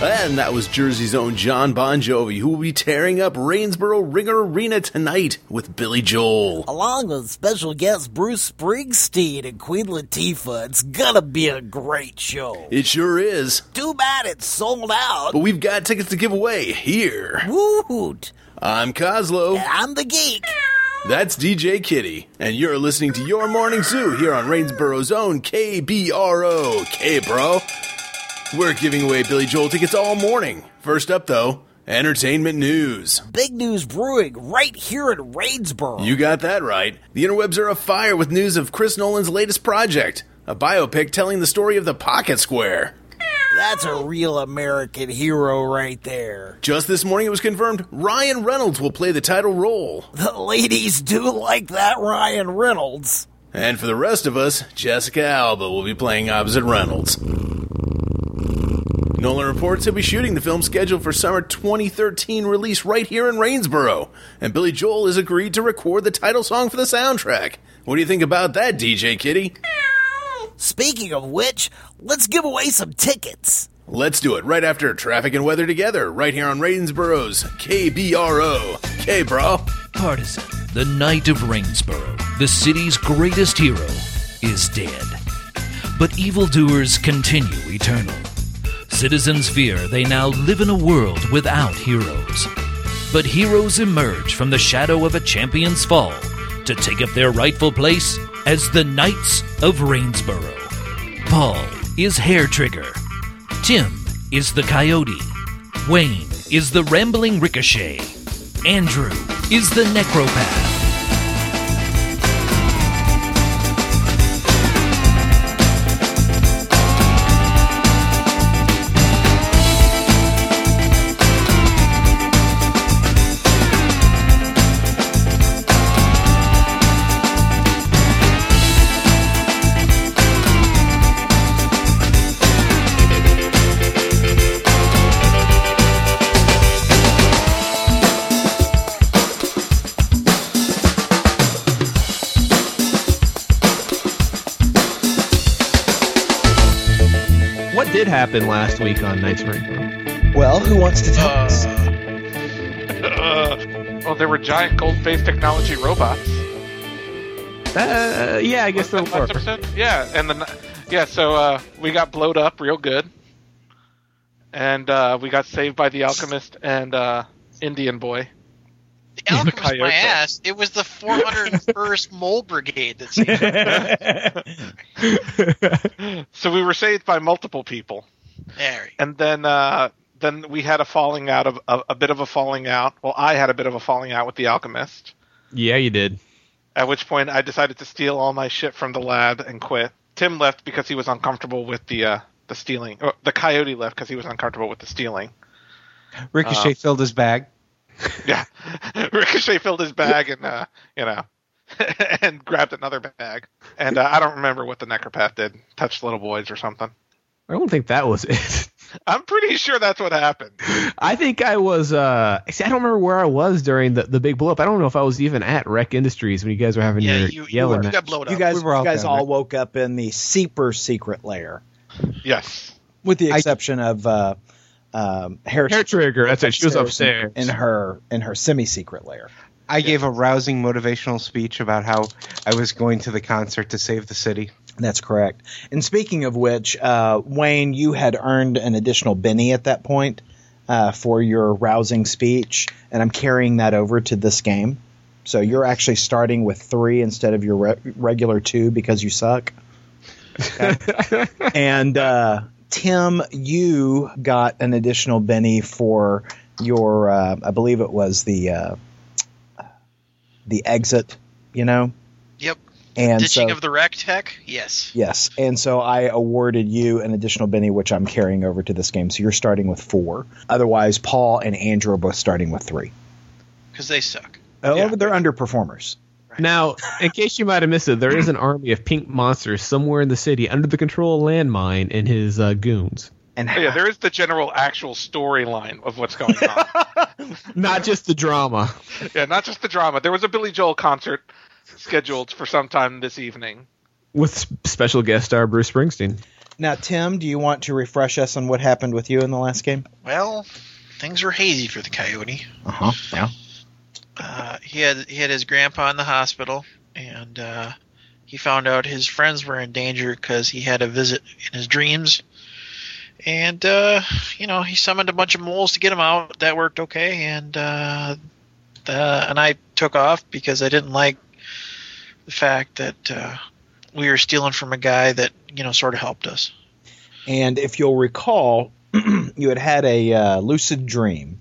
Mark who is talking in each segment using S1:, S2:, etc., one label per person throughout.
S1: And that was Jersey's own John Bon Jovi, who will be tearing up Rainsboro Ringer Arena tonight with Billy Joel.
S2: Along with special guest Bruce Springsteen and Queen Latifah, it's gonna be a great show.
S1: It sure is.
S2: Too bad it's sold out.
S1: But we've got tickets to give away here.
S2: Woot!
S1: I'm Coslow.
S2: And I'm the geek.
S1: That's DJ Kitty. And you're listening to Your Morning Zoo here on Rainsboro's own KBRO. K Bro. We're giving away Billy Joel tickets all morning. First up, though, entertainment news.
S2: Big news brewing right here in Rainsboro.
S1: You got that right. The interwebs are afire with news of Chris Nolan's latest project, a biopic telling the story of the Pocket Square.
S2: That's a real American hero right there.
S1: Just this morning, it was confirmed Ryan Reynolds will play the title role.
S2: The ladies do like that Ryan Reynolds.
S1: And for the rest of us, Jessica Alba will be playing opposite Reynolds. Nolan reports he'll be shooting the film scheduled for summer 2013 release right here in Rainsboro, and Billy Joel has agreed to record the title song for the soundtrack. What do you think about that, DJ Kitty?
S2: Speaking of which, let's give away some tickets.
S1: Let's do it right after traffic and weather together, right here on Rainsboro's KBRO. K bro.
S3: Partisan, the Knight of Rainsboro, the city's greatest hero, is dead. But evildoers continue eternal. Citizens fear they now live in a world without heroes. But heroes emerge from the shadow of a champion's fall to take up their rightful place as the Knights of Rainsboro. Paul is Hair Trigger. Tim is the Coyote. Wayne is the Rambling Ricochet. Andrew is the Necropath.
S4: What did happen last week on Knights of Ring?
S5: Well, who wants to tell us?
S6: Uh, well, there were giant gold-faced technology robots.
S4: Uh, yeah, I guess there
S6: Wasn't that
S4: were.
S6: last episode? Yeah, and then yeah, so uh, we got blowed up real good, and uh, we got saved by the alchemist and uh, Indian boy.
S7: The Alchemist
S6: Coyote.
S7: my ass. It was the 401st Mole Brigade that saved it.
S6: So we were saved by multiple people,
S7: There. we go.
S6: and then uh, then we had a falling out of a, a bit of a falling out. Well, I had a bit of a falling out with the alchemist.
S4: yeah, you did.
S6: At which point, I decided to steal all my shit from the lab and quit. Tim left because he was uncomfortable with the uh, the stealing. Or the coyote left because he was uncomfortable with the stealing.
S5: Ricochet
S7: Uh,
S5: filled his bag.
S6: Yeah, Ricochet filled his bag and uh, you know, and grabbed another bag. And uh, I don't remember what the necropath did. Touched little boys or something.
S4: I don't think that was it.
S6: I'm pretty sure that's what happened.
S4: I think I was. Uh, see, I don't remember where I was during the, the big blow up. I don't know if I was even at Rec Industries when you guys were having
S7: Yeah,
S4: your
S7: you, you,
S4: yelling.
S7: were, you
S4: match.
S7: got blown up.
S5: You guys,
S4: We were all
S5: you guys
S4: down
S5: all
S4: there.
S5: woke up in the Seeper secret lair,
S6: Yes.
S5: with the
S4: I-
S5: exception of uh, um, Hair,
S4: Hair trigger. That's it. She was upstairs.
S5: in, in her in her semi secret lair.
S8: I gave a rousing motivational speech about how I was going to the concert to save the city.
S5: That's correct. And speaking of which, uh, Wayne, you had earned an additional Benny at that point uh, for your rousing speech, and I'm carrying that over to this game. So you're actually starting with three instead of your re- regular two because you suck. Okay. and uh, Tim, you got an additional Benny for your, uh, I believe it was the uh, the exit, you know.
S7: Yep.
S5: And
S7: Ditching
S5: so,
S7: of the wreck tech? Yes.
S5: Yes, and so I awarded you an additional Benny, which I'm carrying over to this game. So you're starting with four. Otherwise, Paul and Andrew are both starting with three.
S7: Because they suck.
S5: Oh,
S6: Yeah.
S5: they're underperformers.
S4: Now, in case you might have missed it, there is an army of pink monsters somewhere in the city under the control of Landmine and his uh, goons.
S5: And
S6: Oh, yeah, there is the general actual storyline of what's going on.
S4: Not just the drama.
S6: yeah, not just the drama. There was a Billy Joel concert scheduled for sometime this evening.
S4: With s- special guest star Bruce Springsteen.
S5: Now, Tim, do you want to refresh us on what happened with you in the last game?
S7: Well, things were hazy for the coyote.
S5: Uh huh. Yeah.
S7: Uh, he had he had his grandpa in the hospital, and uh, he found out his friends were in danger because he had a visit in his dreams. And uh, you know, he summoned a bunch of moles to get him out. That worked okay, and uh, the, and I took off because I didn't like the fact that uh, we were stealing from a guy that you know sort of helped us.
S5: And if you'll recall, you had had a uh, lucid dream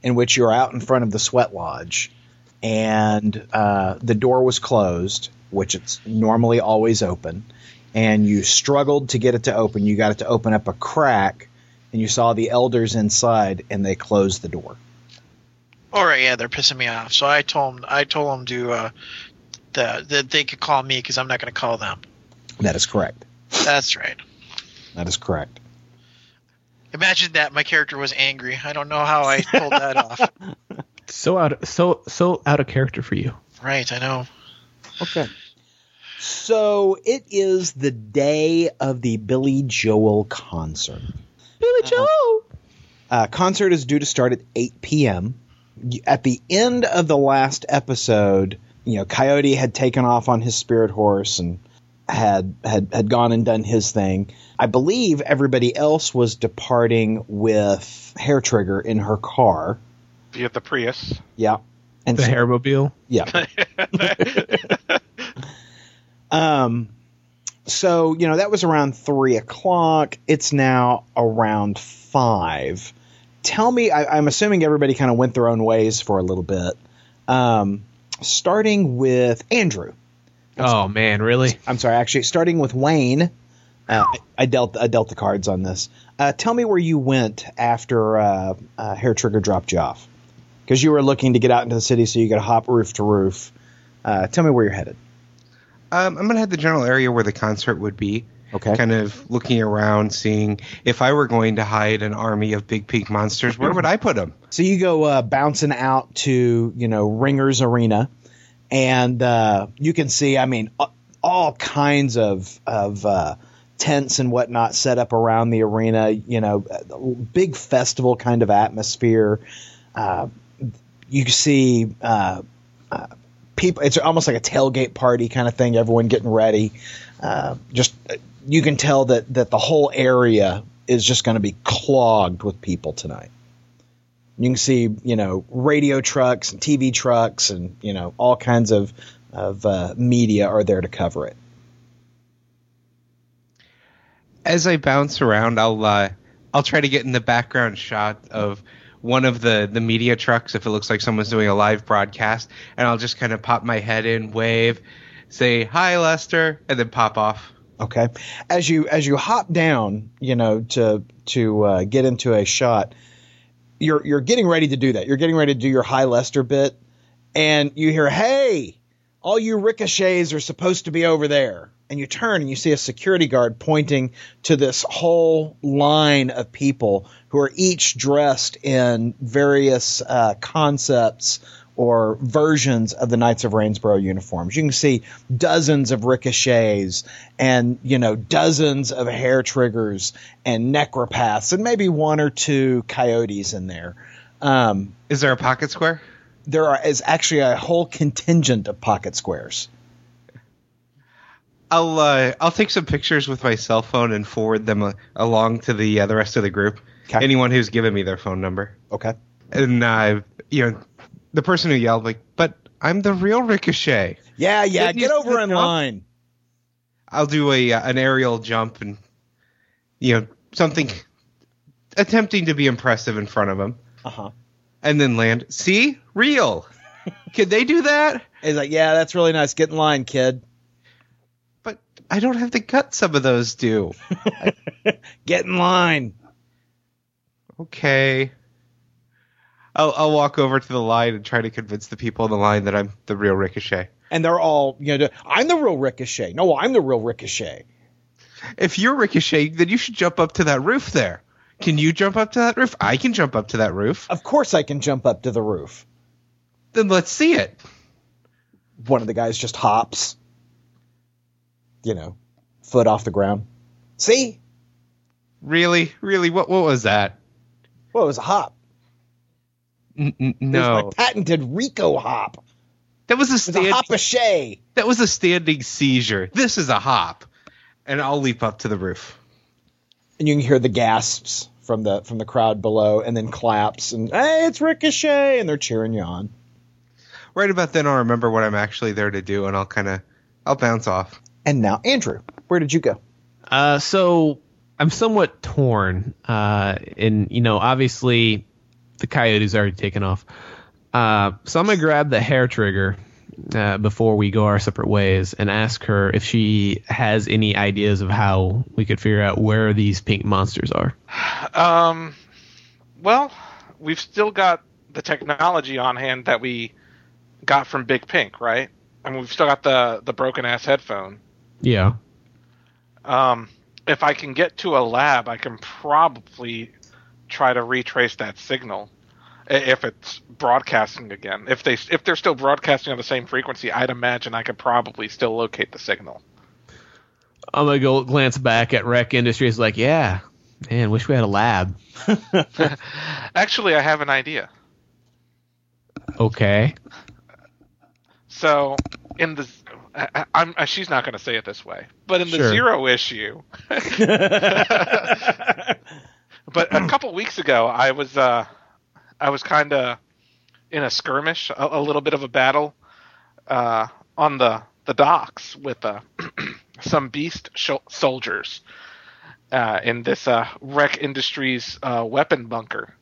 S5: in which you were out in front of the sweat lodge, and uh, the door was closed, which it's normally always open, and you struggled to get it to open. You got it to open up a crack, and you saw the elders inside, and they closed the door.
S7: All Oh, right, yeah, they're pissing me off. So I told them I told them to uh, that that they could call me because I'm not going to call them.
S5: That is correct.
S7: That's right.
S5: That is correct.
S7: Imagine that my character was angry. I don't know how I pulled that off.
S4: So out, so so out of character for you.
S7: Right, I know.
S5: Okay. So it is the day of the Billy Joel concert. Billy Joel! Uh, concert is due to start at 8 p.m. Y- At the end of the last episode, you know, Coyote had taken off on his spirit horse and had had had gone and done his thing. I believe everybody else was departing with Hair Trigger in her car.
S6: Via the Prius.
S5: Yeah. And
S4: The
S5: so-
S4: hairmobile.
S5: yeah. um, so you know that was around three o'clock. It's now around five. Tell me, I, I'm assuming everybody kind of went their own ways for a little bit. Um, starting with Andrew.
S4: Oh man, really?
S5: I'm sorry, actually, starting with Wayne. Uh, I- I dealt I dealt the cards on this. Uh, tell me where you went after uh, uh, Hair Trigger dropped you off, because you were looking to get out into the city, so you could hop roof to roof. Uh, tell me where you're headed.
S8: Um, I'm gonna head the general area where the concert would be.
S5: Okay.
S8: Kind of looking around, seeing if I were going to hide an army of big peak monsters, where would I put them?
S5: So you go uh, bouncing out to you know Ringers Arena, and uh, you can see I mean a- all kinds of of uh, tents and whatnot set up around the arena. You know, a big festival kind of atmosphere. Uh, you see uh, uh, people. It's almost like a tailgate party kind of thing. Everyone getting ready. Uh, just you can tell that that the whole area is just going to be clogged with people tonight. You can see, you know, radio trucks and TV trucks and, you know, all kinds of, of uh, media are there to cover it.
S8: As I bounce around, I'll uh, I'll try to get in the background shot of one of the the media trucks if it looks like someone's doing a live broadcast, and I'll just kind of pop my head in, wave, say hi, Lester, and then pop off.
S5: Okay. As you as you hop down, you know, to to uh, get into a shot, you're you're getting ready to do that. You're getting ready to do your high Lester bit, and you hear, "Hey, all you ricochets are supposed to be over there." And you turn and you see a security guard pointing to this whole line of people who are each dressed in various uh, concepts or versions of the Knights of Rainsborough uniforms. You can see dozens of ricochets and, you know, dozens of hair triggers and necropaths and maybe one or two coyotes in there. Um,
S8: Is there a pocket square?
S5: there are, is actually a whole contingent of pocket squares.
S8: I'll uh, I'll take some pictures with my cell phone and forward them uh, along to the uh, the rest of the group.
S5: 'Kay.
S8: Anyone who's given me their phone number,
S5: Okay.
S8: and uh, you know, the person who yelled like, "But I'm the real Ricochet."
S5: Yeah, yeah,
S8: Didn't
S5: get
S8: you
S5: over
S8: sit
S5: in
S8: down?
S5: line.
S8: I'll do a uh, an aerial jump and you know something attempting to be impressive in front of him,
S5: Uh-huh.
S8: and then land. See, real. Could they do that?
S5: He's like, yeah, that's really nice. Get in line, kid.
S8: But I don't have the gut some of those do.
S5: Get in line.
S8: okay. I'll, I'll walk over to the line and try to convince the people in the line that I'm the real Ricochet.
S5: And they're all, you know, I'm the real ricochet. No, I'm the real ricochet.
S8: If you're Ricochet, then you should jump up to that roof there. Can you jump up to that roof? I can jump up to that roof.
S5: Of course I can jump up to the roof.
S8: Then let's see it.
S5: one of the guys just hops, you know, foot off the ground. See?
S8: Really, really, what what was that?
S5: Well, it was a hop.
S8: N- n-
S5: It was
S8: no,
S5: my patented Rico hop.
S8: that was a
S5: It was a
S8: stand.
S5: hop a shay.
S8: That was a standing seizure. This is a hop, and I'll leap up to the roof.
S5: And you can hear the gasps from the from the crowd below and then claps and hey, it's Ricochet and they're cheering you on.
S8: Right about then, I'll remember what I'm actually there to do, and I'll kind of I'll bounce off.
S5: And now Andrew, where did you go?
S4: Uh, so I'm somewhat torn. Uh, and you know, obviously, the coyote's already taken off. Uh, so I'm gonna grab the hair trigger uh, before we go our separate ways and ask her if she has any ideas of how we could figure out where these pink monsters are.
S6: Um, well, we've still got the technology on hand that we got from Big Pink, right? And we've still got the the broken ass headphone.
S4: Yeah.
S6: Um, if I can get to a lab, I can probably try to retrace that signal i- if it's broadcasting again. If they if they're still broadcasting on the same frequency, I'd imagine I could probably still locate the signal.
S4: I'm gonna go glance back at Rec Industries. Like, yeah, man, wish we had a lab.
S6: Actually, I have an idea.
S4: Okay.
S6: So in the I, I- I'm I, she's not going to say it this way, but in the
S4: Sure.
S6: zero issue. but a couple weeks ago, I was uh, I was kind of in a skirmish, a, a little bit of a battle uh, on the the docks with uh, some beast shol soldiers uh, in this uh, wreck industries uh, weapon bunker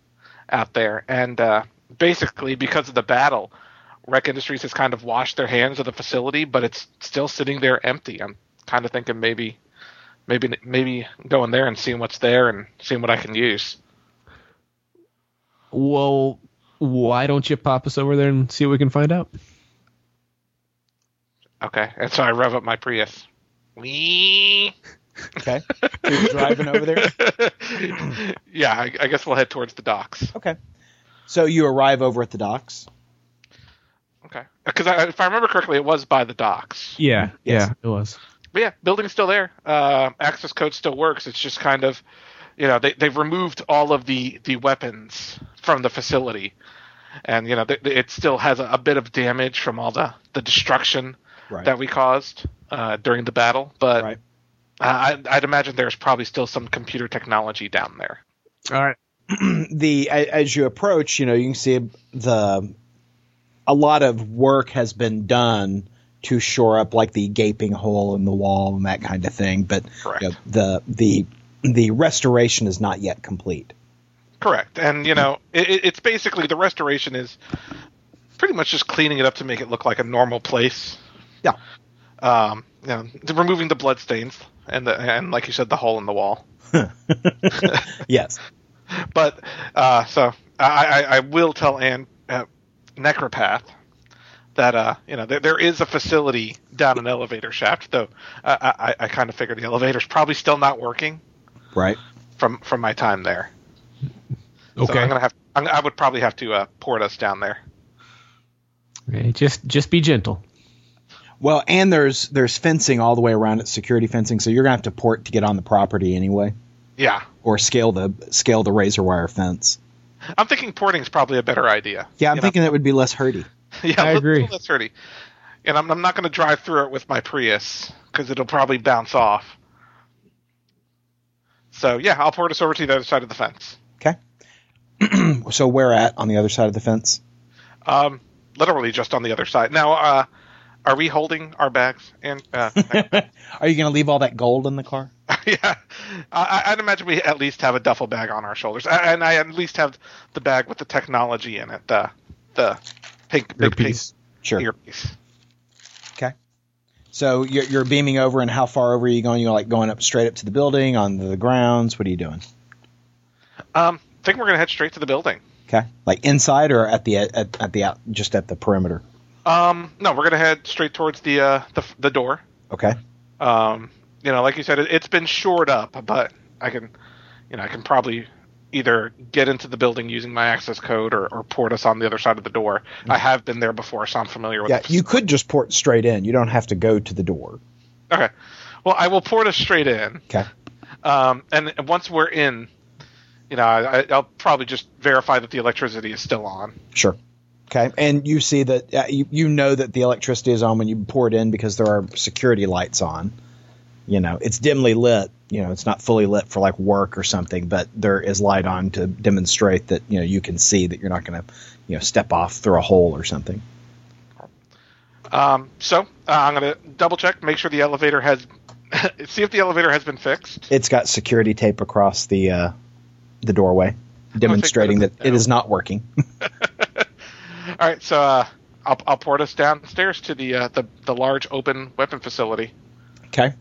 S6: out there, and uh, basically because of the battle, Rec Industries has kind of washed their hands of the facility, but it's still sitting there empty. I'm kind of thinking maybe, maybe, maybe going there and seeing what's there and seeing what I can use.
S4: Well, why don't you pop us over there and see what we can find out?
S6: Okay, and so I rev up my Prius. Whee!
S5: Okay. So you're driving over there.
S6: yeah, I, I guess we'll head towards the docks.
S5: Okay. So you arrive over at the docks.
S6: Okay, because if I remember correctly, it was by the docks.
S4: Yeah.
S5: Yes.
S4: Yeah. It was.
S6: But yeah, building's still there. Uh, access code still works. It's just kind of, you know, they they've removed all of the the weapons from the facility, and you know, th- it still has a, a bit of damage from all the the destruction
S5: Right.
S6: that we caused uh, during the battle. But
S5: Right.
S6: I, I'd imagine there's probably still some computer technology down there.
S4: All right.
S5: the a- as you approach, you know, you can see the a lot of work has been done to shore up like the gaping hole in the wall and that kind of thing, but
S6: Correct.
S5: you know, the the the restoration is not yet complete.
S6: Correct, and you know, it, it- it's basically the restoration is pretty much just cleaning it up to make it look like a normal place.
S5: Yeah.
S6: um, you know, the- removing the bloodstains and the and like you said, the hole in the wall.
S5: Yes.
S6: But uh, so I, I, I will tell Anne uh, Necropath that uh, you know there, there is a facility down an elevator shaft, though uh, I, I, I kind of figure the elevator's probably still not working
S5: Right.
S6: from from my time there. so I'm gonna have I'm, I would probably have to uh, port us down there.
S4: Okay, Just just be gentle.
S5: Well, and there's there's fencing all the way around it, security fencing, so you're gonna have to port to get on the property anyway.
S6: Yeah,
S5: Or scale the scale the razor wire fence.
S6: I'm thinking porting's probably a better idea.
S5: Yeah,
S6: You
S5: I'm
S6: know?
S5: thinking that would be less hurdy.
S6: yeah,
S4: I
S6: a little-
S4: agree.
S6: little less hurdy. And I'm, I'm not going to drive through it with my Prius because it'll probably bounce off. So yeah, I'll port us over to the other side of the fence.
S5: Okay. so where at on the other side of the fence?
S6: Um, literally just on the other side. Now, uh, are we holding our bags? And uh,
S5: Are you going to leave all that gold in the car?
S6: yeah, I, I'd imagine we at least have a duffel bag on our shoulders, A- and I at least have the bag with the technology in it, the the pink big pink
S4: Earpiece.
S5: Sure.
S6: earpiece.
S5: Okay. So you're, you're beaming over, and how far over are you going? You're like going up straight up to the building, on the grounds. What are you doing?
S6: Um, I think we're going to head straight to the building.
S5: Okay, like inside or at the at, at the out, just at the perimeter.
S6: Um, no, we're gonna head straight towards the uh, the the door.
S5: Okay.
S6: Um, you know, like you said, it, it's been shored up, but I can, you know, I can probably either get into the building using my access code or, or port us on the other side of the door. I have been there before, so I'm familiar with.
S5: Yeah,
S6: the-
S5: you could just port straight in. You don't have to go to the door.
S6: Okay. Well, I will port us straight in.
S5: Okay.
S6: Um, and once we're in, you know, I, I- I'll probably just verify that the electricity is still on.
S5: Sure. Okay. And you see that uh, you, you know that the electricity is on when you pour it in because there are security lights on. You know, it's dimly lit. You know, it's not fully lit for like work or something, but there is light on to demonstrate that, you know, you can see that you're not going to, you know, step off through a hole or something.
S6: Um, so uh, I'm gonna double check, make sure the elevator has, see if the elevator has been fixed.
S5: It's got security tape across the uh, the doorway demonstrating that it is not working.
S6: All right, so uh, I'll, I'll port us downstairs to the, uh, the the large open weapon facility.
S5: Okay.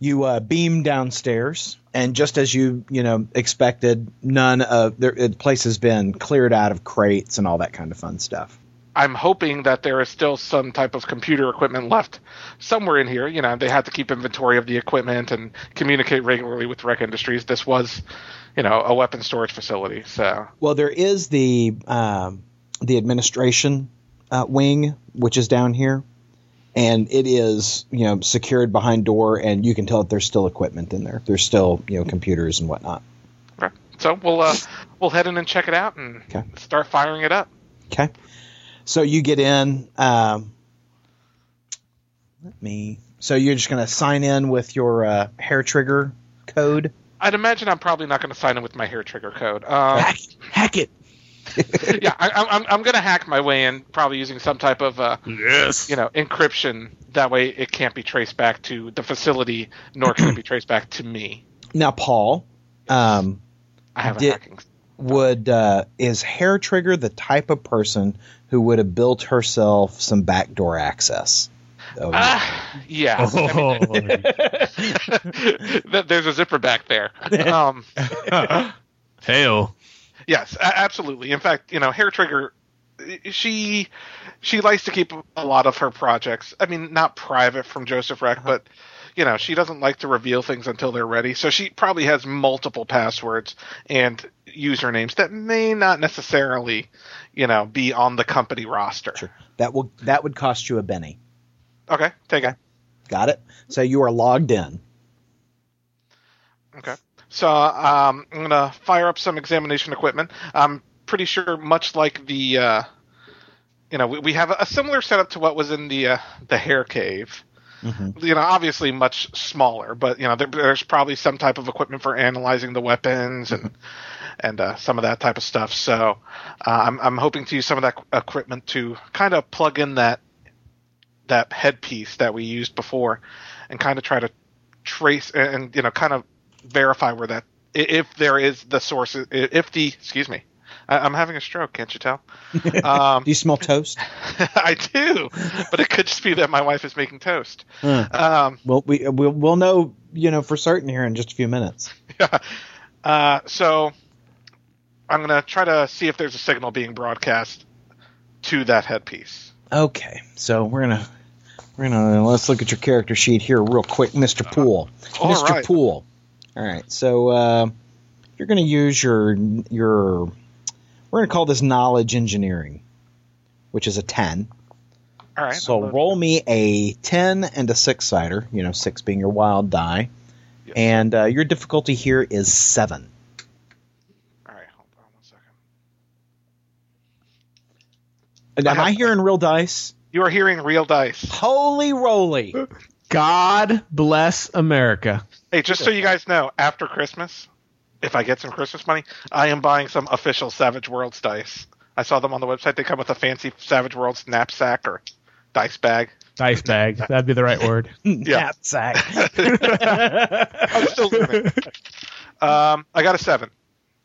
S5: You uh, beam downstairs, and just as you you know expected, none of there, the place has been cleared out of crates and all that kind of fun stuff.
S6: I'm hoping that there is still some type of computer equipment left somewhere in here. You know, they have to keep inventory of the equipment and communicate regularly with Rec Industries. This was, you know, a weapon storage facility. So,
S5: Well, there is the um, the administration uh, wing, which is down here, and it is you know secured behind door, and you can tell that there's still equipment in there. There's still you know computers and whatnot.
S6: okay. so we'll uh, we'll head in and check it out and
S5: Okay.
S6: start firing it up.
S5: Okay. So you get in. Um, let me. So you're just going to sign in with your uh, hair trigger code.
S6: I'd imagine I'm probably not going to sign in with my hair trigger code. Um,
S4: Hack, hack it.
S6: yeah, I, I'm- I'm I'm going to hack my way in, probably using some type of uh,
S4: Yes.
S6: you know encryption. That way, it can't be traced back to the facility, nor can it be traced back to me.
S5: Now, Paul, um,
S6: I have a
S5: Did-
S6: hacking
S5: would uh, is hair trigger the type of person who would have built herself some backdoor access? Oh,
S6: Ah, yeah. I mean, th- there's a zipper back there. Um,
S4: Hail.
S6: yes, a- absolutely. In fact, you know, Hair Trigger, she she likes to keep a lot of her projects. I mean, not private from Joseph Reck, but you know, she doesn't like to reveal things until they're ready. So she probably has multiple passwords and usernames that may not necessarily, you know, be on the company roster.
S5: that will that would cost you a penny.
S6: Okay, take it.
S5: Got it. So you are logged in.
S6: Okay. So um, I'm gonna fire up some examination equipment. I'm pretty sure, much like the, uh, you know, we, we have a similar setup to what was in the uh, the hair cave. You know, obviously much smaller, but you know, there, there's probably some type of equipment for analyzing the weapons and and uh, some of that type of stuff. So uh, I'm I'm hoping to use some of that equipment to kind of plug in that that headpiece that we used before, and kind of try to trace and, and you know kind of verify where that i- if there is the source i- if the excuse me I, I'm having a stroke can't you tell um,
S5: Do you smell toast?
S6: I do but it could just be that my wife is making toast um,
S5: Well, we we'll, we'll know you know for certain here in just a few minutes.
S6: uh, so I'm gonna try to see if there's a signal being broadcast to that headpiece
S5: Okay, so we're gonna we're gonna let's look at your character sheet here real quick, Mr. Poole.
S6: Uh-huh. all
S5: Mr.
S6: right.
S5: Poole. All right, so uh, you're gonna use your your we're gonna call this knowledge engineering, which is a ten.
S6: all right
S5: So
S6: I'm-
S5: roll me a ten and a six sider. You know, six being your wild die, and uh, your difficulty here is seven.
S6: all right hold on one second
S5: Am I hearing real dice?
S6: you are hearing real dice
S5: Holy roly!
S4: God bless America.
S6: hey just so you guys know after Christmas if I get some Christmas money I am buying some official Savage Worlds dice I saw them on the website. They come with a fancy Savage Worlds knapsack or dice bag.
S4: Dice bag. That'd be the right word.
S5: Knapsack.
S6: I'm still learning. um, I got a seven.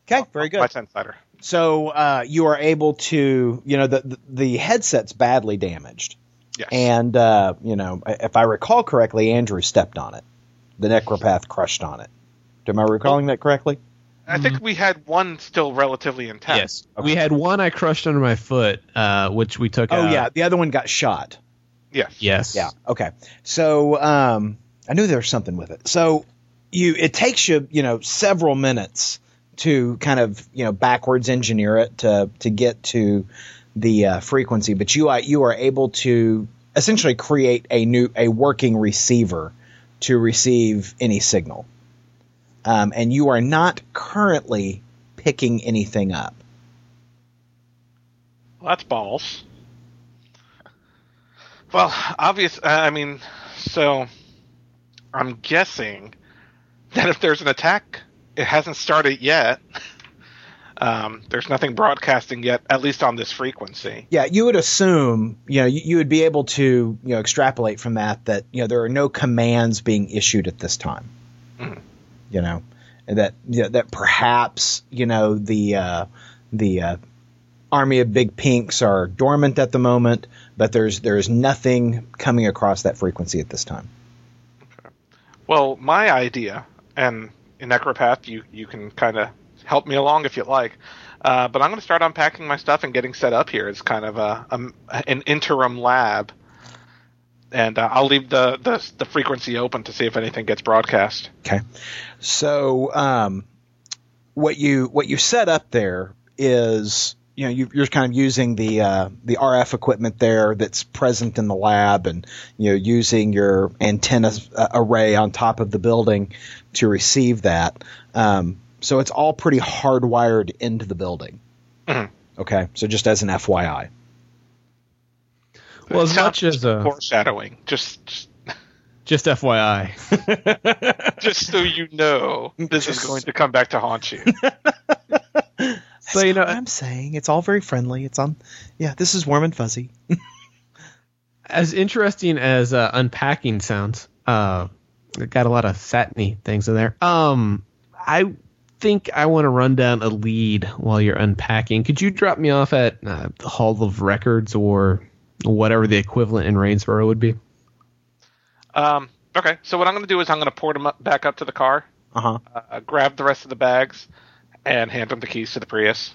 S5: Okay, very good.
S6: My ten sider.
S5: So uh, you are able to, you know, the the, the headset's badly damaged,
S6: Yes.
S5: and uh, you know, if I recall correctly, Andrew stepped on it. The necropath crushed on it. Am I recalling that correctly?
S6: I think we had one still relatively intact.
S4: Yes. We had one I crushed under my foot, uh, which we took out.
S5: Oh yeah, the other one got shot.
S6: Yes.
S4: Yes.
S5: Yeah. Okay. So um, I knew there was something with it. So you, it takes you, you know, several minutes to kind of, you know, backwards engineer it to to get to the uh, frequency, but you uh, you are able to essentially create a new a working receiver to receive any signal. um, and you are not currently picking anything up.
S6: Well, that's balls. Well, obvious. Uh, I mean, so I'm guessing that if there's an attack, it hasn't started yet. Um, there's nothing broadcasting yet, at least on this frequency.
S5: Yeah, you would assume, you know, you, you would be able to, you know, extrapolate from that that, you know, there are no commands being issued at this time. You know, and that you know, that perhaps, you know, the uh, the uh, army of big pinks are dormant at the moment, but there's there's nothing coming across that frequency at this time.
S6: Well, my idea, and in Necropath, you, you can kind of help me along if you like. Uh, but I'm going to start unpacking my stuff and getting set up here as kind of a, a an interim lab, and uh, I'll leave the, the the frequency open to see if anything gets broadcast.
S5: Okay. So um, what you what you set up there is you know you, you're kind of using the uh, the RF equipment there that's present in the lab, and you know using your antenna uh, array on top of the building to receive that. Um, so it's all pretty hardwired into the building. Okay. So just as an FYI.
S4: Well, as much
S6: Sounds
S4: as uh, a
S6: foreshadowing, just just,
S4: just FYI,
S6: just so you know, this is going to come back to haunt you.
S4: so you know,
S5: I'm saying it's all very friendly. It's on. Yeah, this is warm and fuzzy.
S4: as interesting as uh, unpacking sounds, uh, it got a lot of satiny things in there. Um, I think I want to run down a lead while you're unpacking. Could you drop me off at uh, the Hall of Records or whatever the equivalent in Rainsboro would be?
S6: Um, okay, so what I'm going to do is I'm going to port them up, back up to the car,
S5: Uh huh.
S6: uh, grab the rest of the bags, and hand them the keys to the Prius.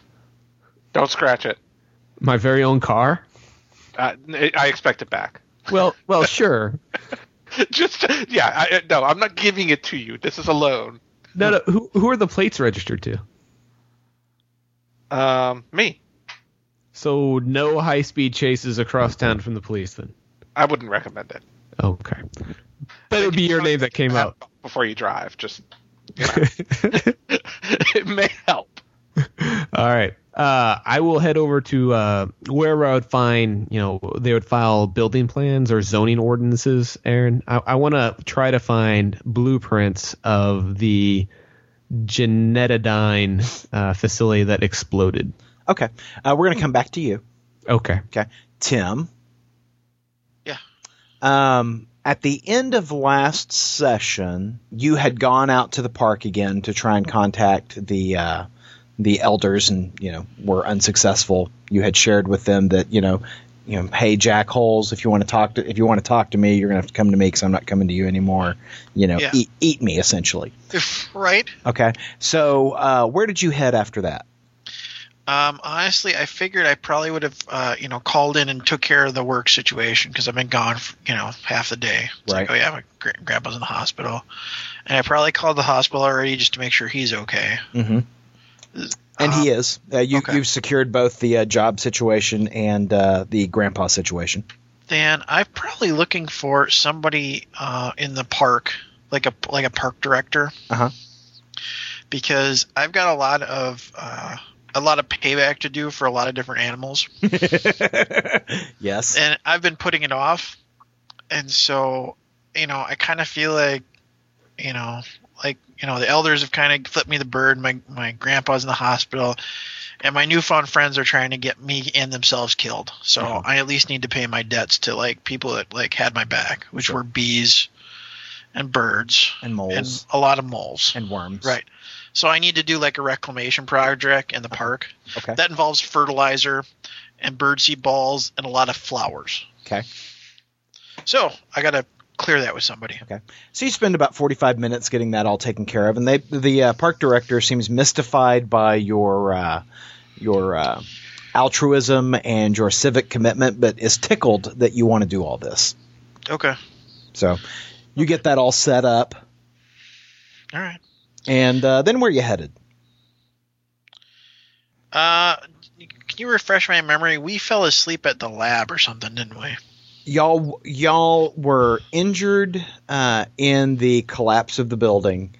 S6: Don't scratch it.
S4: My very own car.
S6: Uh, n- I expect it back.
S4: Well, well, sure.
S6: just yeah, I, I- no, I'm not giving it to you. This is a loan.
S4: No, no. Who who are the plates registered to?
S6: Um, me,
S4: So no high speed chases across town from the police then.
S6: I wouldn't recommend it.
S4: Okay. But it would be your name that came out.
S6: before you drive. Just you know. it may help.
S4: All right. Uh, I will head over to uh, wherever I would find, you know, they would file building plans or zoning ordinances. Aaron, I, I want to try to find blueprints of the Genetodyne uh, facility that exploded.
S5: Okay. Uh, we're going to come back to you.
S4: Okay.
S5: Okay. Tim.
S7: Yeah.
S5: Um, at the end of last session, you had gone out to the park again to try and contact the uh, the elders, and you know were unsuccessful. You had shared with them that you know, you know, hey Jack Holes, if you want to talk to if you want to talk to me, you're gonna have to come to me because I'm not coming to you anymore. You know,
S7: Yeah.
S5: eat eat me essentially.
S7: right?
S5: Okay, so uh, where did you head after that?
S7: Um, honestly, I figured I probably would have, uh, you know, called in and took care of the work situation because I've been gone, for, you know, half the day. It's
S5: Right.
S7: like, oh yeah, my gra- grandpa's in the hospital, and I probably called the hospital already just to make sure he's okay.
S5: Mm-hmm. And he is. Uh, you,
S7: okay.
S5: You've secured both the uh, job situation and uh, the grandpa situation.
S7: Then I'm probably looking for somebody uh, in the park, like a like a park director.
S5: Uh-huh.
S7: Because I've got a lot of uh, a lot of payback to do for a lot of different animals.
S5: Yes.
S7: and I've been putting it off, and so you know, I kind of feel like, you know, like you know, the elders have kind of flipped me the bird. My my grandpa's in the hospital, and my newfound friends are trying to get me and themselves killed. So
S5: Uh-huh.
S7: I at least need to pay my debts to like people that like had my back, which were bees, and birds,
S5: And moles.
S7: and a lot of moles,
S5: And, worms.
S7: right. So I need to do like a reclamation project in the park.
S5: Uh-huh. Okay.
S7: That involves fertilizer and birdseed balls and a lot of flowers.
S5: Okay.
S7: So I gotta clear that with somebody.
S5: Okay. So you spend about 45 minutes getting that all taken care of, and they the uh, park director seems mystified by your uh, your uh, altruism and your civic commitment, but is tickled that you want to do all this.
S7: Okay.
S5: So you get that all set up,
S7: All right.
S5: and uh, then where are you headed?
S7: Uh, can you refresh my memory? We fell asleep at the lab or something, didn't we?
S5: y'all y'all were injured uh, in the collapse of the building.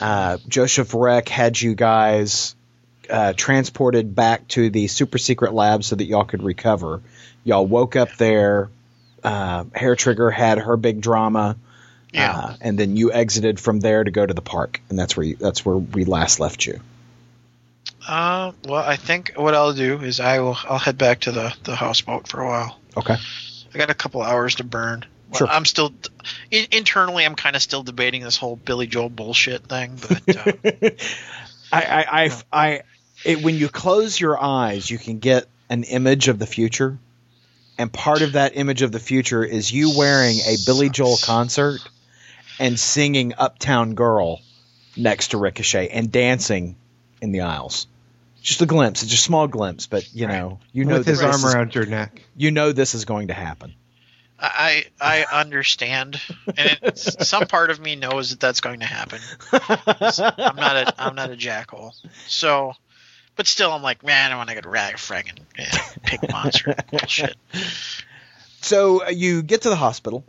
S5: Uh, Joseph Reck had you guys uh, transported back to the super secret lab so that y'all could recover. Y'all woke up there. Uh, Hair Trigger had her big drama,
S7: Yeah.
S5: uh, and then you exited from there to go to the park, and that's where you, that's where we last left you.
S7: Uh, well, I think what I'll do is I will I'll head back to the the houseboat for a while.
S5: Okay.
S7: I got a couple hours to burn. Well,
S5: Sure.
S7: I'm still in, internally. I'm kind of still debating this whole Billy Joel bullshit thing, but uh,
S5: I, I, I, I it, when you close your eyes, you can get an image of the future, and part of that image of the future is you wearing a Billy Joel concert and singing "Uptown Girl" next to Ricochet and dancing in the aisles. Just a glimpse, it's just a small glimpse, but you know, you know,
S8: with his
S5: that this
S8: arm
S5: is-
S8: around your neck.
S5: you know, this is going to happen.
S7: I I understand, and it's, some part of me knows that that's going to happen. I'm not a I'm not a jackhole, so. But still, I'm like, man, I want to get rag fragging, yeah, pig monster bullshit.
S5: So uh, you get to the hospital,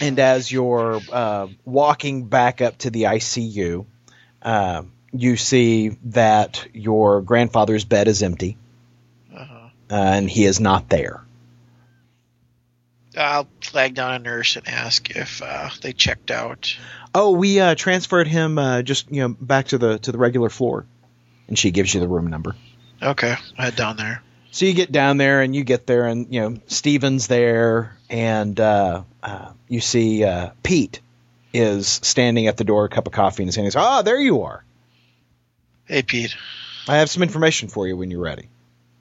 S5: and as you're uh, walking back up to the ICU, uh, you see that your grandfather's bed is empty,
S7: Uh-huh.
S5: uh, and he is not there.
S7: I'll flag down a nurse and ask if uh, they checked out.
S5: Oh, we uh, transferred him uh, just you know back to the to the regular floor, and she gives you the room number.
S7: Okay, I head down there.
S5: So you get down there and you get there and you know Steven's there and uh, uh, you see uh, Pete is standing at the door, a cup of coffee, and saying, "Ah, there you are."
S7: Hey, Pete.
S5: I have some information for you when you're ready.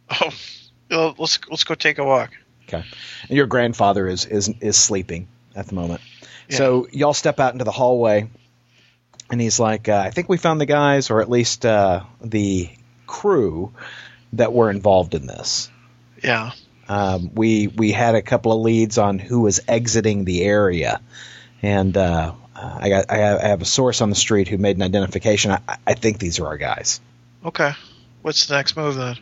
S7: Oh, well, let's let's go take a walk.
S5: Okay. And your grandfather is is is sleeping at the moment.
S7: Yeah.
S5: So y'all step out into the hallway, and he's like, uh, "I think we found the guys, or at least uh, the crew that were involved in this.
S7: Yeah.
S5: Um, we we had a couple of leads on who was exiting the area, and." Uh, uh, I got. I have, I have a source on the street who made an identification. I, I- I think these are our guys.
S7: Okay. What's the next move then?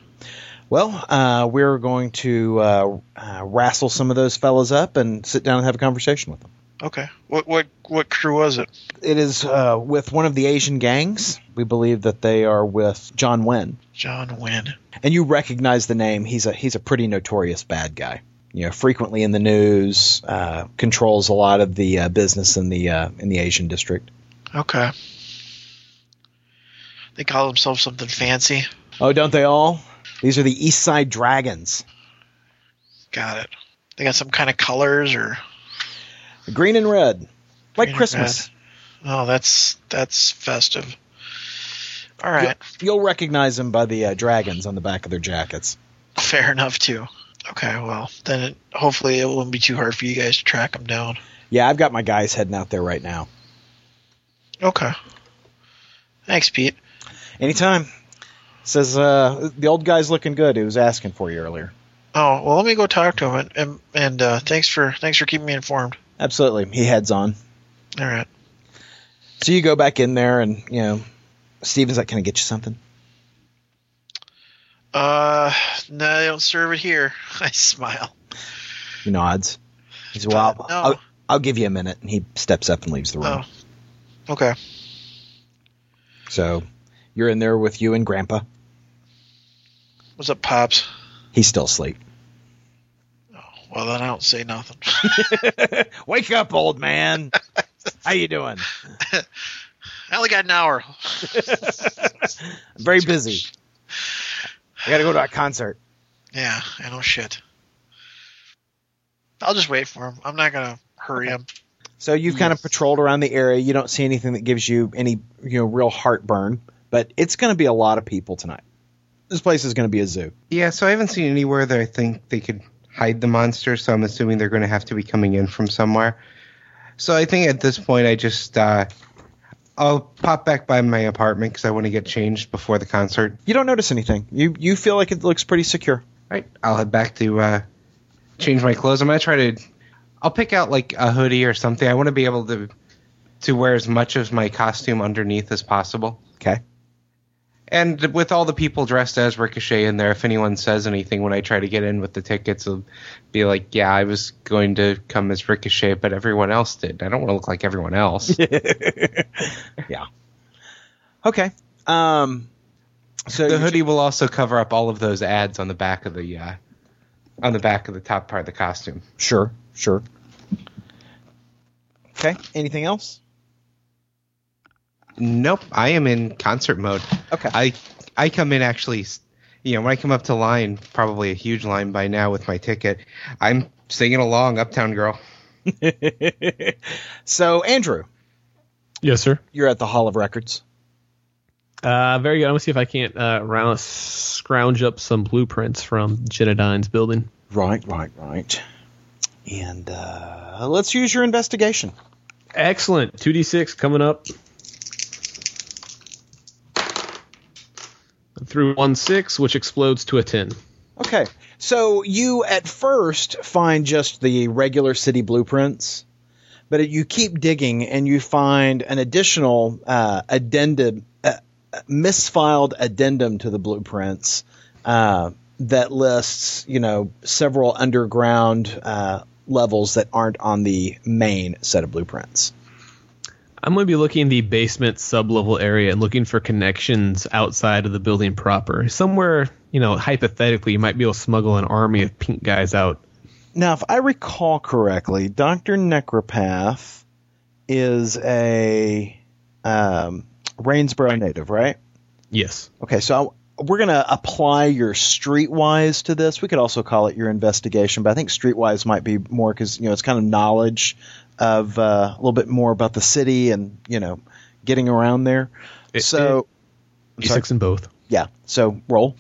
S5: Well, uh, we're going to uh, uh, wrestle some of those fellas up and sit down and have a conversation with them.
S7: Okay. What what what crew was it?
S5: It is uh, with one of the Asian gangs. We believe that they are with John Wen,
S7: John Wynn.
S5: and you recognize the name. He's a he's a pretty notorious bad guy. You know, frequently in the news, uh, controls a lot of the uh, business in the uh, in the Asian district.
S7: Okay. They call themselves something fancy.
S5: Oh, don't they all? These are the East Side Dragons.
S7: Got it. They got some kind of colors or
S5: Green and red, like
S7: Green and
S5: Christmas.
S7: oh, that's that's festive. All right.
S5: You'll recognize them by the uh, dragons on the back of their jackets.
S7: Fair enough too. Okay. Well, then it, hopefully it won't be too hard for you guys to track them down.
S5: Yeah, I've got my guys heading out there right now.
S7: Okay. Thanks, Pete.
S5: Anytime. Says uh, the old guy's looking good. He was asking for you earlier.
S7: Oh well, let me go talk to him and and, and uh, thanks for thanks for keeping me informed.
S5: Absolutely. He heads on.
S7: All right.
S5: So you go back in there and, you know, Steven's like, Can I get you something?
S7: Uh, no, they don't serve it here. I smile.
S5: He nods. He's Well,
S7: Uh,
S5: I'll,
S7: no.
S5: I'll, I'll give you a minute. And he steps up and leaves the room.
S7: Oh. Okay.
S5: So you're in there with you and Grandpa.
S7: What's up, pops?
S5: He's still asleep.
S7: Well, then I don't say nothing.
S5: Wake up, old man. How you doing?
S7: I only got an hour.
S5: I'm very busy. I got to go to a concert.
S7: Yeah, I know shit. I'll just wait for him. I'm not gonna hurry him.
S5: So you've kind of patrolled around the area. You don't see anything that gives you any you know real heartburn, but it's going to be a lot of people tonight. This place is going to be a zoo.
S8: Yeah, so I haven't seen anywhere that I think they could hide the monster, so I'm assuming they're going to have to be coming in from somewhere. So I think at this point, I just uh, I'll pop back by my apartment because I want to get changed before the concert.
S5: You don't notice anything. You you feel like it looks pretty secure.
S8: Right, I'll head back to uh, change my clothes. I'm going to try to. I'll pick out like a hoodie or something. I want to be able to to wear as much of my costume underneath as possible.
S5: Okay.
S8: And with all the people dressed as Ricochet in there, if anyone says anything when I try to get in with the tickets, it'll be like, yeah, I was going to come as Ricochet, but everyone else did. I don't want to look like everyone else.
S5: Yeah. Okay. Um, so
S8: The
S5: you're-
S8: hoodie will also cover up all of those ads on the back of the uh, on the back of the top part of the costume.
S5: Sure, sure. Okay. Anything else?
S8: Nope, I am in concert mode.
S5: Okay.
S8: I I come in actually, s- you know, when I come up to line, probably a huge line by now with my ticket. I'm singing along, Uptown Girl.
S5: so Andrew,
S4: Yes, sir.
S5: you're at the Hall of Records.
S4: Uh, very good. I'm gonna see if I can't uh, round, scrounge up some blueprints from Genadine's building.
S5: Right, right, right. And uh, let's use your investigation.
S4: Excellent. 2d6 coming up. Through 1 6, which explodes to a 10.
S5: Okay. So you at first find just the regular city blueprints, but you keep digging and you find an additional uh, addendum, uh, uh, misfiled addendum to the blueprints uh, that lists, you know, several underground uh, levels that aren't on the main set of blueprints.
S4: I'm going to be looking in the basement sublevel area and looking for connections outside of the building proper. Somewhere, you know, hypothetically, you might be able to smuggle an army of pink guys out.
S5: Now, if I recall correctly, Doctor Necropath is a um, Rainsboro native, right?
S4: Yes.
S5: Okay, so I, we're gonna apply your streetwise to this. We could also call it your investigation, but I think streetwise might be more because you know it's kind of knowledge of uh, a little bit more about the city and you know getting around there.
S4: It-
S5: so
S4: it- D6 in both.
S5: yeah, so roll.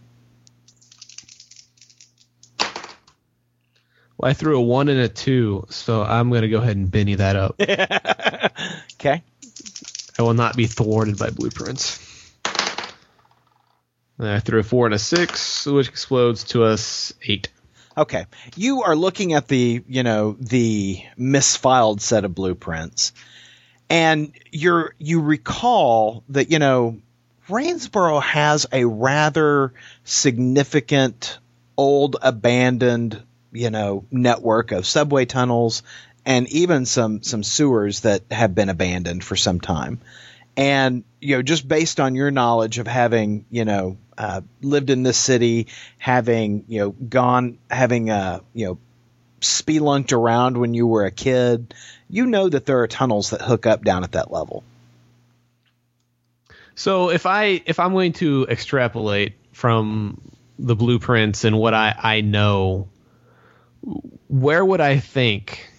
S4: Well, I threw a 1 and a 2, so I'm going to go ahead and Benny that up.
S5: Okay,
S4: I will not be thwarted by blueprints. And I threw a 4 and a 6, which explodes to us 8.
S5: okay. You are looking at the you know the misfiled set of blueprints, and you're you recall that you know Rainsboro has a rather significant old abandoned, you know, network of subway tunnels and even some some sewers that have been abandoned for some time. And you know, just based on your knowledge of having, you know, uh, lived in this city, having you know gone, having uh, you know spelunked around when you were a kid, you know that there are tunnels that hook up down at that level.
S4: So if I if I'm going to extrapolate from the blueprints and what I I know, where would I think,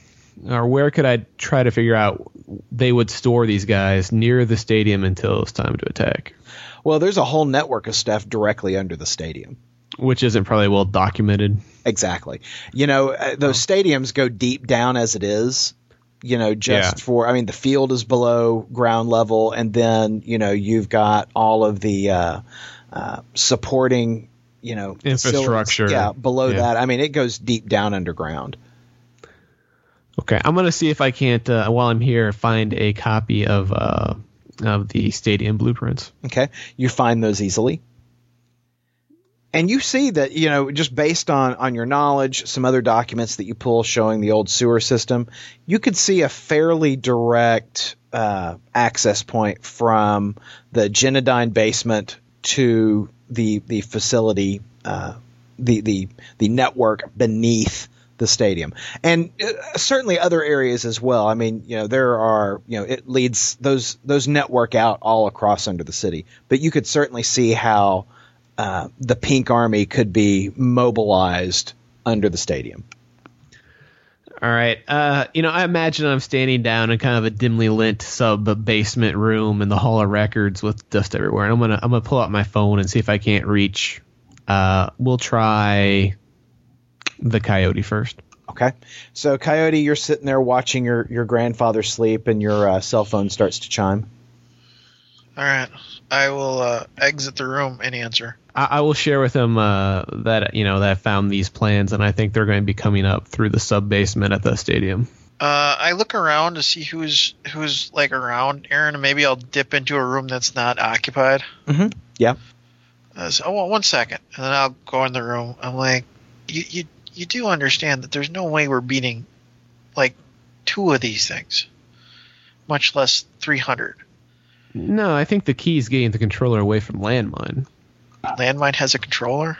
S4: or where could I try to figure out they would store these guys near the stadium until it's time to attack,
S5: Well, there's a whole network of stuff directly under the stadium.
S4: which isn't probably well documented.
S5: Exactly. You know, uh, those stadiums go deep down as it is, you know, just
S4: Yeah.
S5: for, I mean, the field is below ground level. And then, you know, you've got all of the uh, uh, supporting, you know, facilities.
S4: Infrastructure.
S5: Yeah, below
S4: Yeah.
S5: that. I mean, it goes deep down underground.
S4: Okay, I'm gonna see if I can't uh, while I'm here find a copy of uh, of the stadium blueprints.
S5: Okay. You find those easily. And you see that, you know, just based on, on your knowledge, some other documents that you pull showing the old sewer system, you could see a fairly direct uh, access point from the Genadine basement to the the facility, uh, the, the the network beneath the stadium, and uh, certainly other areas as well. I mean, you know, there are you know it leads those those network out all across under the city, but you could certainly see how uh, the Pink Army could be mobilized under the stadium.
S4: All right. Uh, you know, I imagine I'm standing down in kind of a dimly lit sub basement room in the hall of records with dust everywhere, and I'm gonna I'm gonna pull out my phone and see if I can't reach. Uh, we'll try the coyote first.
S5: Okay, so Coyote, you're sitting there watching your your grandfather sleep, and your uh, cell phone starts to chime.
S7: All right, I will uh, exit the room and answer.
S4: I, I will share with him uh, that you know that I found these plans, and I think they're going to be coming up through the sub basement at the stadium.
S7: Uh, I look around to see who's who's like around, Aaron, and maybe I'll dip into a room that's not occupied.
S5: Mhm, yeah.
S7: Uh, so, oh, well, one second, and then I'll go in the room. I'm like, you you you do understand that there's no way we're beating like two of these things, much less 300.
S4: No, I think the key is getting the controller away from landmine.
S7: Landmine has a controller.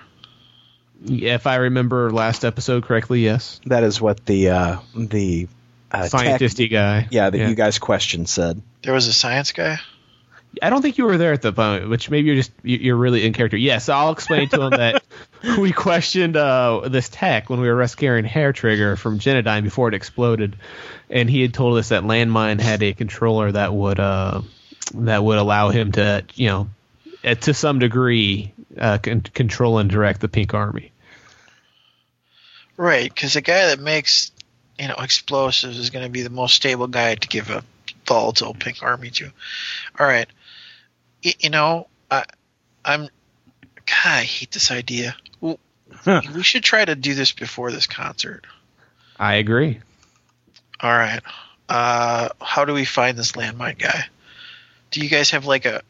S4: If I remember last episode correctly, yes.
S5: That is what the uh, the uh,
S4: Scientisty
S5: tech-
S4: guy.
S5: yeah, that you guys questioned said.
S7: There was a science guy.
S4: I don't think you were there at the moment, which maybe you're just you- you're really in character. Yes, I'll explain to him that we questioned uh, this tech when we were rescuing Hair Trigger from Genodyne before it exploded, and he had told us that Landmine had a controller that would uh, that would allow him to you know uh, to some degree uh, con- control and direct the Pink Army.
S7: Right, because the guy that makes you know explosives is going to be the most stable guy to give a volatile pink army to. All right, Y- you know I, I'm. God, I hate this idea. W- We should try to do this before this concert.
S4: I agree.
S7: All right. Uh, how do we find this landmine guy? Do you guys have like a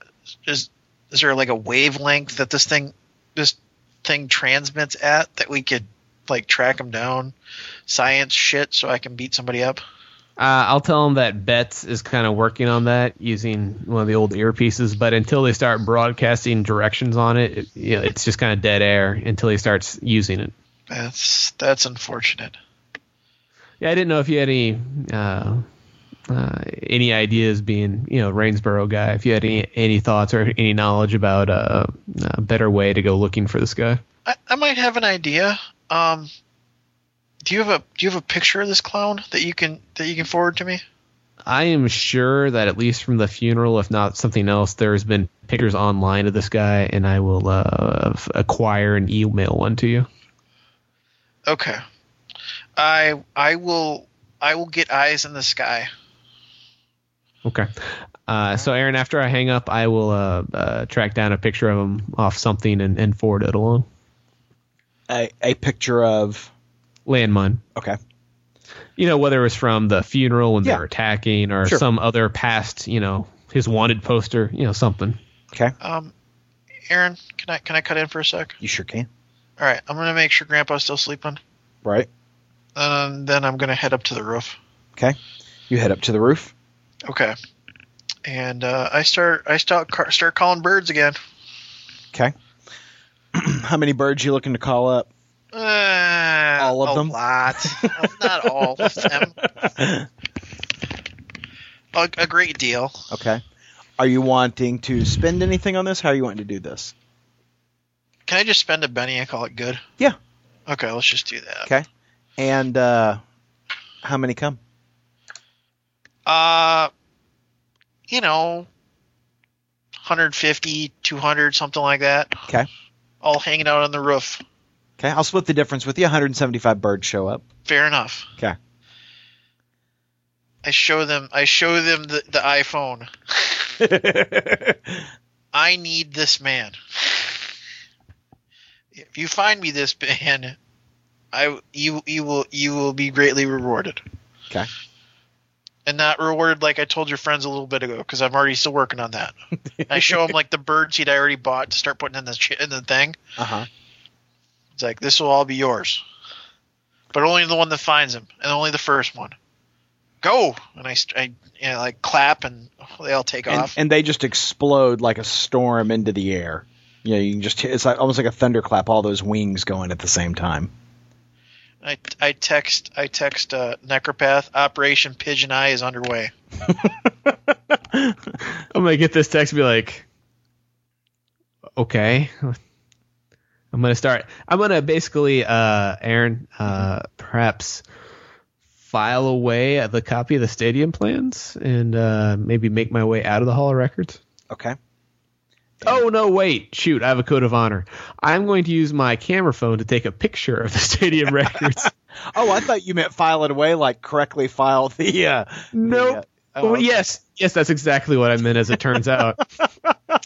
S7: is is there like a wavelength that this thing this thing transmits at that we could like track him down? Science shit, so I can beat somebody up.
S4: Uh, I'll tell them that Betts is kind of working on that using one of the old earpieces, but until they start broadcasting directions on it, it you know, it's just kind of dead air until he starts using it.
S7: That's that's unfortunate.
S4: Yeah, I didn't know if you had any uh, uh, any ideas being you know Rainsboro guy. If you had any any thoughts or any knowledge about uh, a better way to go looking for this guy.
S7: I, I might have an idea. Um, do you have a do you have a picture of this clown that you can that you can forward to me?
S4: I am sure that at least from the funeral, if not something else, there's been pictures online of this guy, and I will uh, f- acquire and email one to you.
S7: Okay. I I will I will get eyes in the sky.
S4: Okay. Uh, so Aaron, after I hang up, I will uh, uh, track down a picture of him off something and, and forward it along.
S5: A, a picture of
S4: Landmine.
S5: okay,
S4: You know, whether it was from the funeral when
S5: Yeah.
S4: they were attacking or
S5: Sure.
S4: some other past, you know, his wanted poster, you know, something.
S5: okay,
S7: Um, Aaron, can I can I cut in for a sec?
S5: you sure can,
S7: All right, I'm gonna make sure Grandpa's still sleeping,
S5: right?
S7: and then I'm gonna head up to the roof.
S5: Okay, you head up to the roof.
S7: Okay. And uh, I start I start ca- start calling birds again.
S5: Okay, how many birds you looking to call up?
S7: Uh,
S5: All of
S7: a
S5: them?
S7: lot, not all of them. A, a great deal.
S5: Okay, are you wanting to spend anything on this? How are you wanting to do this?
S7: Can I just spend a penny and call it good?
S5: Yeah.
S7: Okay, let's just do that.
S5: Okay, and uh, how many come?
S7: Uh, you know, 150, 200, something like that.
S5: Okay.
S7: All hanging out on the roof.
S5: Okay, I'll split the difference with you. 175 birds show up.
S7: Fair enough.
S5: Okay.
S7: I show them. I show them the, the iPhone. I need this man. If you find me this man, I you you will you will be greatly rewarded.
S5: Okay.
S7: And not rewarded like I told your friends a little bit ago because I'm already still working on that. I show them like the bird seed I already bought to start putting in the ch- in the thing.
S5: Uh huh.
S7: It's like this will all be yours, but only the one that finds him, and only the first one. Go! And I, st- I you know, like clap, and they all take
S5: And,
S7: off.
S5: and they just explode like a storm into the air. Yeah, you can just it's like almost like a thunderclap. All those wings going at the same time.
S7: I, I text I text uh, Necropath Operation Pigeon Eye is underway.
S4: I'm going to get this text and be like, okay. I'm going to start. I'm going to basically, uh, Aaron, uh, perhaps file away the copy of the stadium plans and uh, maybe make my way out of the Hall of Records.
S5: Okay.
S4: Oh, no, wait. Shoot, I have a code of honor. I'm going to use my camera phone to take a picture of the stadium records.
S5: Oh, I thought you meant file it away, like correctly file the. Uh,
S4: Nope.
S5: Yeah.
S4: Oh,
S5: okay.
S4: Yes, yes, that's exactly what I meant. As it turns out,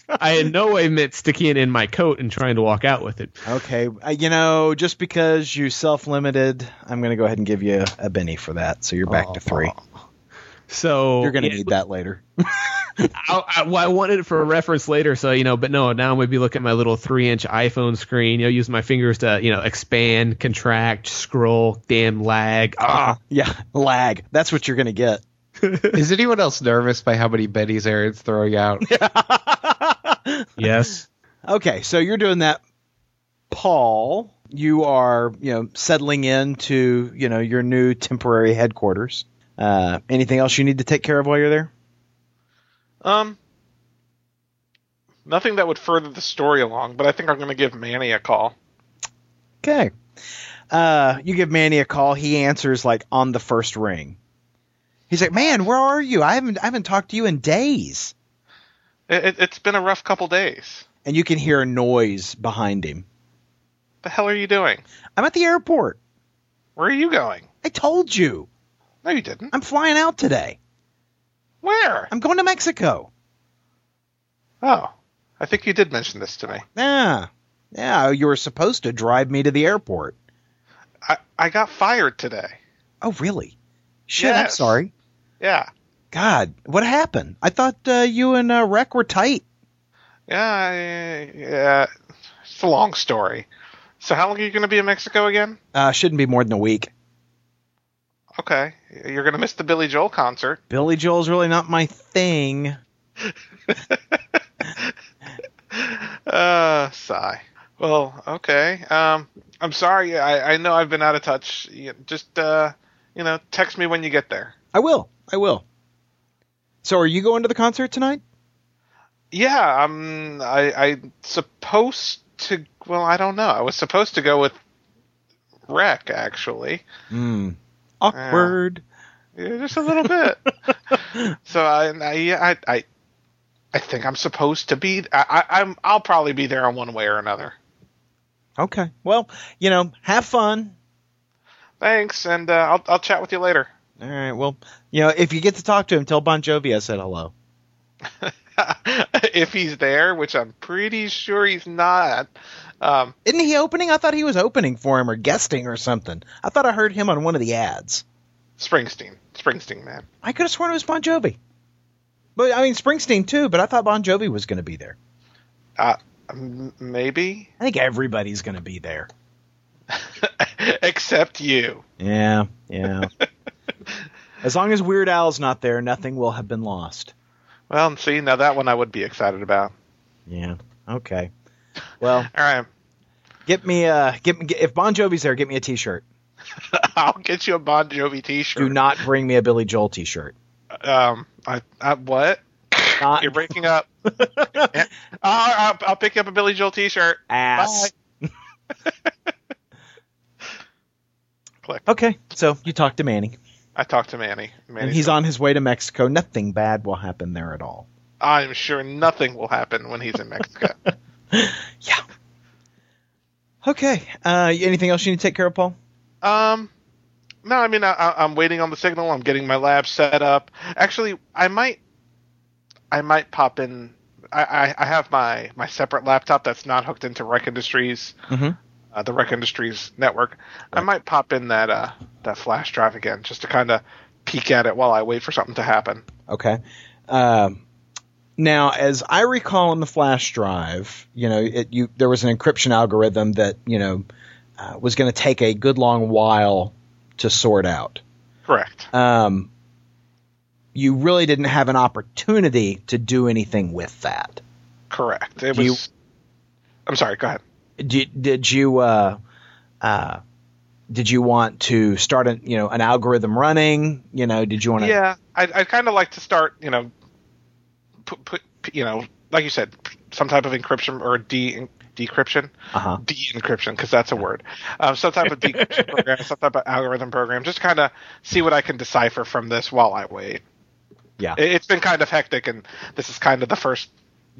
S4: I in no way meant sticking it in my coat and trying to walk out with it.
S5: Okay. Uh, you know, just because you self limited, I'm going to go ahead and give you a Benny for that. So you're back to three.
S4: So
S5: You're going to
S4: yeah,
S5: need that later.
S4: I, I, well, I wanted it for a reference later, so you know. But no, now I'm gonna be looking at my little three-inch iPhone screen. You know, use my fingers to you know expand, contract, scroll, damn lag. Ah,
S5: Yeah. Lag. That's what you're going to get.
S8: Is anyone else nervous by how many Betty's Aaron's throwing out?
S4: Yes.
S5: Okay, so you're doing that, Paul. You are, you know, settling into, you know, your new temporary headquarters. Uh, anything else you need to take care of while you're there?
S6: Um, nothing that would further the story along, but I think I'm going to give Manny a call.
S5: Okay. Uh, you give Manny a call. He answers like on the first ring. He's like, "Man, where are you? I haven't I haven't talked to you in days."
S6: It, it, it's been a rough couple days.
S5: And you can hear a noise behind him.
S6: The hell are you doing?
S5: I'm at the airport.
S6: Where are you going?
S5: I told you.
S6: No, you didn't.
S5: I'm flying out today.
S6: Where?
S5: I'm going to Mexico.
S6: Oh, I think you did mention this to me.
S5: Yeah. "Ah, Yeah, you were supposed to drive me to the airport.
S6: I, I got fired today.
S5: Oh, really? Shit, I'm
S6: Yes.
S5: sorry.
S6: Yeah.
S5: God, what happened? I thought uh, you and uh, Rec were tight.
S6: Yeah, I- yeah. It's a long story. So how long are you going to be in Mexico again?
S5: Uh, shouldn't be more than a week.
S6: Okay, you're going to miss the Billy Joel concert.
S5: Billy Joel's really not my thing.
S6: Uh, sigh. Well, okay. Um, I'm sorry. I, I know I've been out of touch. You- Just uh, you know, text me when you get there.
S5: I will. I will. So, are you going to the concert tonight?
S6: Yeah, um, I I supposed to. Well, I don't know. I was supposed to go with Rec actually.
S5: Awkward.
S6: Yeah, just a little bit. so I, I, yeah, I, I, I think I'm supposed to be. I, I, I'm. I'll probably be there on one way or another.
S5: Okay. Well, you know, have fun.
S6: Thanks, and uh, I'll I'll chat with you later.
S5: All right. Well, you know, if you get to talk to him, tell Bon Jovi I said hello.
S6: if he's there, which I'm pretty sure he's not. Um,
S5: Isn't he opening? I thought he was opening for him or guesting or something. I thought I heard him on one of the ads.
S6: Springsteen, Springsteen man.
S5: I could have sworn it was Bon Jovi. But I mean Springsteen too, but I thought Bon Jovi was going to be there.
S6: Uh, m- maybe,
S5: I think everybody's going to be there.
S6: except you.
S5: Yeah, yeah. as long as Weird Al's not there, nothing will have been lost.
S6: Well, see, now that one I would be excited about.
S5: Yeah. Okay. Well,
S6: All right,
S5: get me a get me if Bon Jovi's there, get me a t-shirt.
S6: I'll get you a Bon Jovi T-shirt.
S5: Do not bring me a Billy Joel t-shirt.
S6: Um, I, I what?
S5: Not
S6: You're breaking up. Yeah. I'll, I'll, I'll pick you up a Billy Joel T-shirt.
S5: ass.
S6: Click.
S5: Okay, so you talk to Manny,
S6: I talked to Manny. Manny
S5: and he's on his way to Mexico. Nothing bad will happen there at all.
S6: I'm sure nothing will happen when he's in Mexico.
S5: Okay. Uh, anything else you need to take care of, Paul?
S6: um, no, I mean I- I, I'm waiting on the signal. I'm getting my lab set up. Actually, I might, I might pop in. I, I, I have my my separate laptop that's not hooked into Rec Industries,
S5: Mhm.
S6: uh, the Rec Industries network. I might pop in that uh that flash drive again just to kind of peek at it while I wait for something to happen.
S5: Okay. Um, now, as I recall on the flash drive, you know, it, you there was an encryption algorithm that you know uh, was going to take a good long while to sort out.
S6: Correct.
S5: Um, you really didn't have an opportunity to do anything with that.
S6: Correct. It
S5: Do you-
S6: was. I'm sorry. Go ahead.
S5: Did, did you uh, uh, did you want to start an you know an algorithm running? You know, did you want to?
S6: Yeah, I'd, I'd kind of like to start. You know, put, put you know, like you said, some type of encryption or de decryption,
S5: Uh-huh.
S6: de-encryption, because that's a word. Um, some type of decryption program, some type of algorithm program. Just kind of see what I can decipher from this while I wait.
S5: Yeah.
S6: It, it's been kind of hectic, and this is kind of the first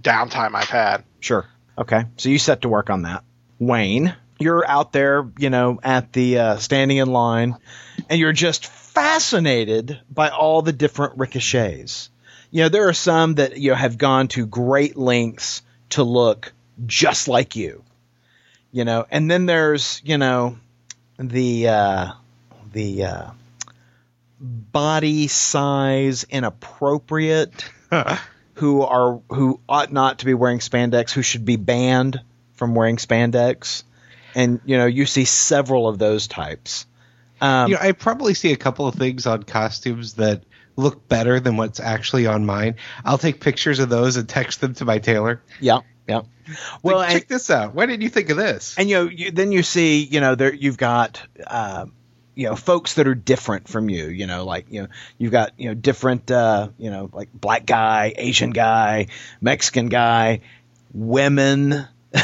S6: downtime I've had.
S5: Sure. Okay. So you set to work on that. Wayne, you're out there, you know, at the uh, standing in line, and you're just fascinated by all the different ricochets. You know, there are some that you know, have gone to great lengths to look just like you. You know, and then there's you know the uh, the uh, body size inappropriate who are who ought not to be wearing spandex, who should be banned from wearing spandex, and you know you see several of those types.
S8: you know, I probably see a couple of things on costumes that look better than what's actually on mine, I'll take pictures of those and text them to my tailor.
S5: Yeah, yeah.
S8: Well,
S5: Well,
S8: like,
S5: and,
S8: check this out. Why did you think of this?
S5: and you know, you, then you see, you know, there you've got, uh, you know, folks that are different from you. You know, like you know, you've got you know different, uh, you know, like black guy, Asian guy, Mexican guy, women. you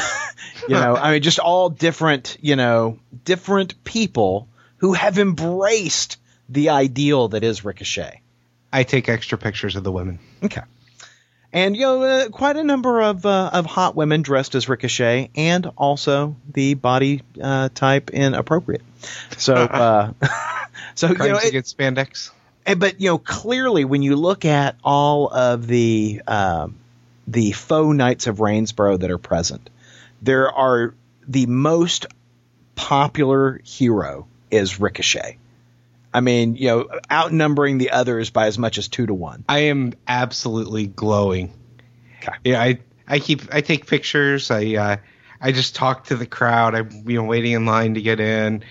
S5: know, I mean, just all different, you know, different people who have embraced the ideal that is Ricochet.
S8: I take extra pictures of the women.
S5: Okay. And you know, uh, quite a number of uh, of hot women dressed as Ricochet, and also the body uh, type inappropriate. So, uh, so you know,
S8: Crimes
S5: it-
S8: against spandex.
S5: eh, but you know, clearly when you look at all of the um the faux knights of Rainsborough that are present, there are the most popular hero is Ricochet. I mean, you know, outnumbering the others by as much as two to one.
S8: I am absolutely glowing.
S5: Okay.
S8: Yeah, I I keep I take pictures. I uh, I just talk to the crowd. I'm you know waiting in line to get in.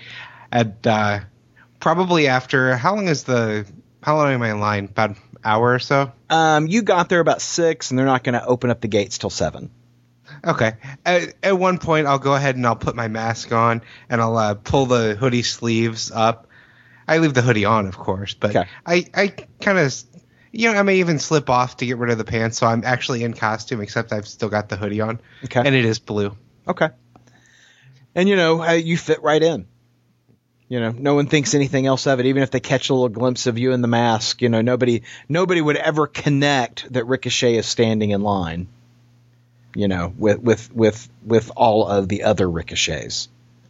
S8: At uh, probably after how long is the how long am I in line? About an hour or so.
S5: Um, you got there about six, and they're not going to open up the gates till seven.
S8: Okay. At, at one point, I'll go ahead and I'll put my mask on and I'll uh, pull the hoodie sleeves up. I leave the hoodie on, of course, but
S5: Okay.
S8: I, I kind of, you know, I may even slip off to get rid of the pants. So I'm actually in costume, except I've still got the hoodie on.
S5: Okay.
S8: And it is blue.
S5: Okay. And you know, uh, you fit right in. You know, no one thinks anything else of it. Even if they catch a little glimpse of you in the mask, you know, nobody nobody would ever connect that Ricochet is standing in line. You know, with with with with all of the other ricochets.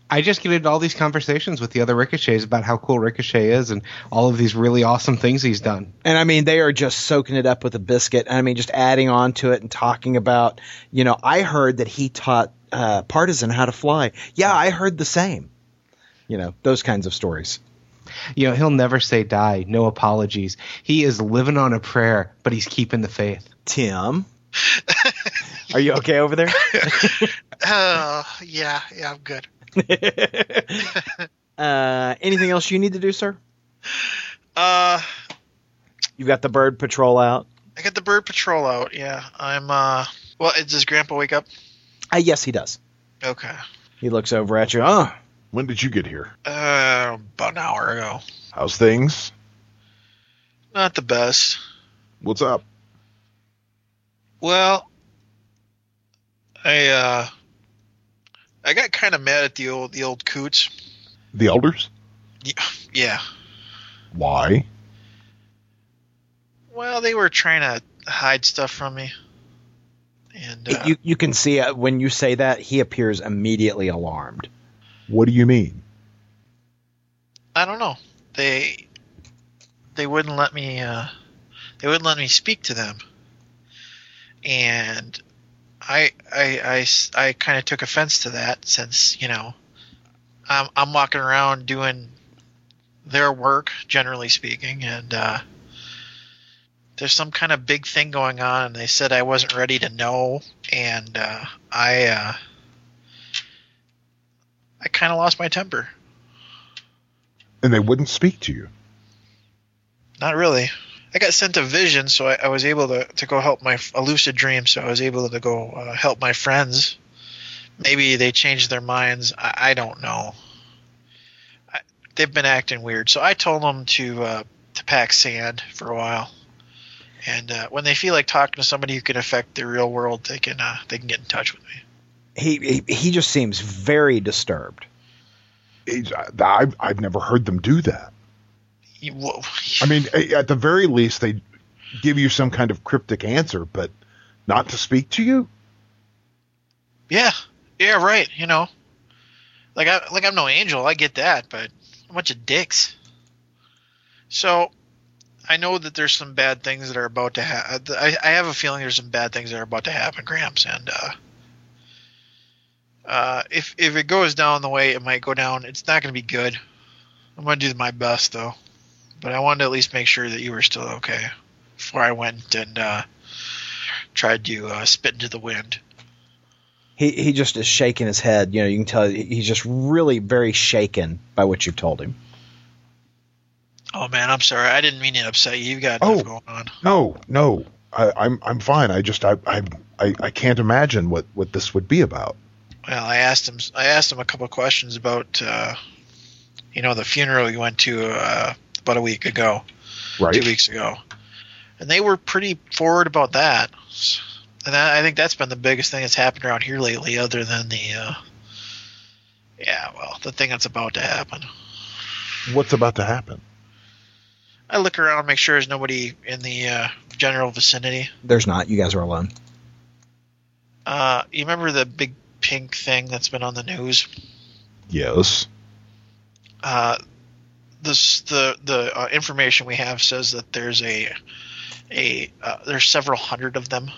S8: I just get into all these conversations with the other Ricochets about how cool Ricochet is and all of these really awesome things he's done.
S5: And I mean, they are just soaking it up with a biscuit. I mean, just adding on to it and talking about, you know, I heard that he taught uh, Partisan how to fly. Yeah, I heard the same. You know, those kinds of stories.
S8: You know, he'll never say die, no apologies. He is living on a prayer, but he's keeping the faith.
S5: Tim, are you okay over there?
S7: Oh, yeah, yeah, I'm good.
S5: Uh, anything else you need to do, sir?
S7: Uh,
S5: You've got the bird patrol out.
S7: I got the bird patrol out. Yeah, I'm. uh Well, it- does Grandpa wake up?
S5: Uh, yes, he does.
S7: Okay.
S5: He looks over at you. Oh,
S9: When did you get here?
S7: Uh, about an hour ago.
S9: How's things?
S7: Not the best.
S9: What's up?
S7: Well, I uh, I got kind of mad at the old the old coots.
S9: The elders?
S7: Yeah.
S9: Why?
S7: Well, they were trying to hide stuff from me, and uh,
S5: you you can see uh, when you say that he appears immediately alarmed.
S9: What do you mean?
S7: I don't know. They they wouldn't let me uh, they wouldn't let me speak to them, and I I kind of took offense to that since you know I'm I'm walking around doing their work generally speaking, and uh, there's some kind of big thing going on, and they said I wasn't ready to know, and uh, I uh, I kind of lost my temper.
S9: And they wouldn't speak to you.
S7: Not really. I got sent a vision, so I, I was able to, to go help my a lucid dream. So I was able to go uh, help my friends. Maybe they changed their minds. I, I don't know. I, they've been acting weird, so I told them to uh, to pack sand for a while. And uh, when they feel like talking to somebody who can affect the real world, they can uh, they can get in touch with me.
S5: He he, he just seems very disturbed.
S9: It's- uh, I've, I've never heard them do that.
S7: You- whoa.
S9: I mean, a- at the very least, they give you some kind of cryptic answer, but not to speak to you?
S7: yeah, yeah, right. You know, like I like I'm no angel. I get that, but a bunch of dicks. So, I know that there's some bad things that are about to happen. I, I have a feeling there's some bad things that are about to happen, Gramps. And uh, uh, if if it goes down the way it might go down, it's not going to be good. I'm going to do my best though, but I wanted to at least make sure that you were still okay before I went and uh, tried to uh, spit into the wind.
S5: He he just is shaking his head. You know, you can tell he- he's just really very shaken by what you've told him.
S7: Oh man, I'm sorry. I didn't mean to upset you. You've got
S9: Oh.
S7: enough going on.
S9: No, no, I, I'm I'm fine. I just I I I, I can't imagine what, what this would be about.
S7: Well, I asked him. I asked him a couple of questions about, uh, you know, the funeral you went to uh, about a week ago,
S9: Right?
S7: two weeks ago, and they were pretty forward about that. And I I think that's been the biggest thing that's happened around here lately, other than the, uh, yeah, well, the thing that's about to happen.
S9: What's about to happen?
S7: I look around, make sure there's nobody in the uh, general vicinity.
S5: There's not. You guys are alone.
S7: Uh, you remember the big pink thing that's been on the news?
S9: Yes.
S7: Uh, this the the uh, information we have says that there's a a uh, there's several hundred of them,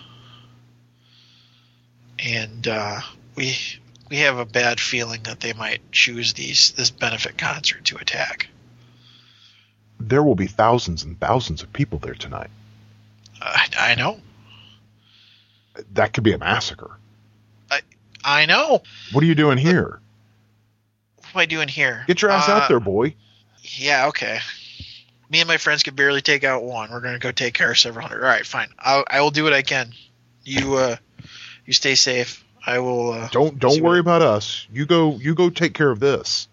S7: and uh, we we have a bad feeling that they might choose these this benefit concert to attack.
S9: There will be thousands and thousands of people there tonight.
S7: Uh, I know,
S9: That could be a massacre.
S7: I know.
S9: What are you doing here?
S7: What am I doing here?
S9: Get your ass out
S7: Uh,
S9: there, boy.
S7: Yeah, okay. Me and my friends could barely take out one. We're gonna go take care of several hundred. All right, fine. I'll, I will do what I can. You uh, you stay safe. I will. Uh,
S9: Don't
S7: see
S9: don't
S7: what-
S9: worry about us. You go you go take care of this.